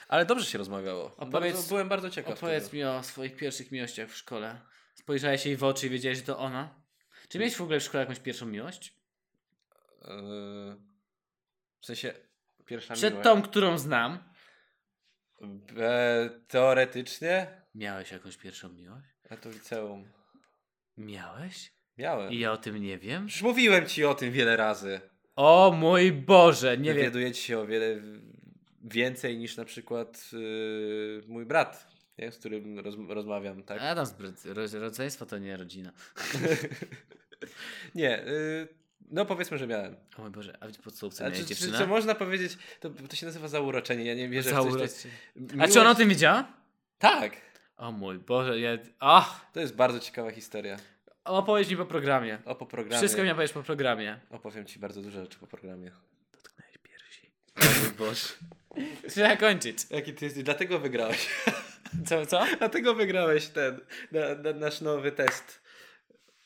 A: Ale dobrze się rozmawiało.
B: Opowiedz-
A: bardzo, byłem bardzo ciekaw.
B: Opowiedz
A: tego.
B: mi o swoich pierwszych miłościach w szkole. Spojrzałeś jej w oczy i wiedziałeś, że to ona? Czy miałeś w ogóle w szkole jakąś pierwszą miłość?
A: Yy, W sensie, pierwsza
B: Przed
A: miłość.
B: tą, którą znam.
A: E, teoretycznie,
B: Miałeś jakąś pierwszą miłość?
A: a to w liceum
B: Miałeś?
A: miałem.
B: I ja o tym nie wiem.
A: Już mówiłem ci o tym wiele razy.
B: O mój Boże, nie wiem.
A: Dowiaduje ci się o wiele więcej niż na przykład yy, mój brat, nie? z którym roz, rozmawiam, tak?
B: Adam z Bry- roz- rodzeństwo to nie rodzina.
A: Nie, y, no powiedzmy, że miałem.
B: O mój Boże, a w podstawówce
A: A
B: miałeś
A: czy, czy,
B: dziewczynę?
A: czy można powiedzieć, to, to się nazywa zauroczenie, ja nie wierzę w coś.
B: Zauroczy-
A: To jest,
B: A czy ona o tym wiedziała?
A: Tak,
B: O mój Boże, ja... Ach,
A: to jest bardzo ciekawa historia.
B: opowiedz mi po programie.
A: O, po programie.
B: Wszystko mi opowiesz po programie.
A: Opowiem ci bardzo dużo rzeczy po programie.
B: Dotknęłeś piersi.
A: O mój Boże.
B: Trzeba kończyć.
A: Jaki ty jesteś, dlatego wygrałeś.
B: Co, co?
A: Dlatego wygrałeś ten, na, na, nasz nowy test.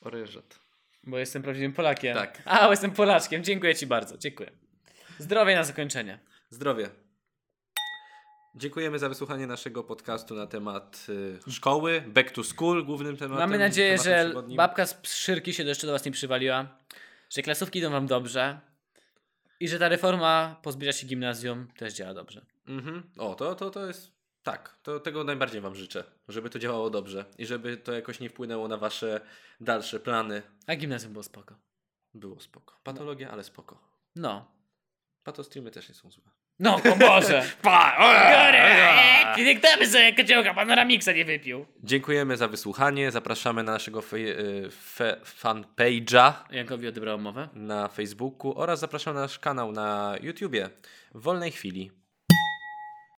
A: Orężat.
B: Bo jestem prawdziwym Polakiem.
A: Tak.
B: A, bo jestem Polaczkiem. Dziękuję Ci bardzo. Dziękuję. Zdrowie na zakończenie.
A: Zdrowie. Dziękujemy za wysłuchanie naszego podcastu na temat y, szkoły, back to school głównym tematem.
B: Mamy nadzieję,
A: tematem
B: że
A: przewodnim.
B: babka z szyrki się jeszcze do Was nie przywaliła, że klasówki idą Wam dobrze i że ta reforma pozbiera się gimnazjum też działa dobrze.
A: Mhm. O, to, to, to jest... Tak, to tego najbardziej Wam życzę, żeby to działało dobrze i żeby to jakoś nie wpłynęło na Wasze dalsze plany.
B: A gimnazjum było spoko.
A: Było spoko. Patologia, ale spoko.
B: No.
A: Patostreamy też nie są złe.
B: No, o Boże!
A: Pa!
B: Eee, Kiedy kto by sobie kociołka panoramiksa nie wypił?
A: Dziękujemy za wysłuchanie. Zapraszamy na naszego fej- y, fe- fanpage'a
B: Jankowi odebrałem mowę.
A: na Facebooku oraz zapraszamy na nasz kanał na YouTubie w wolnej chwili.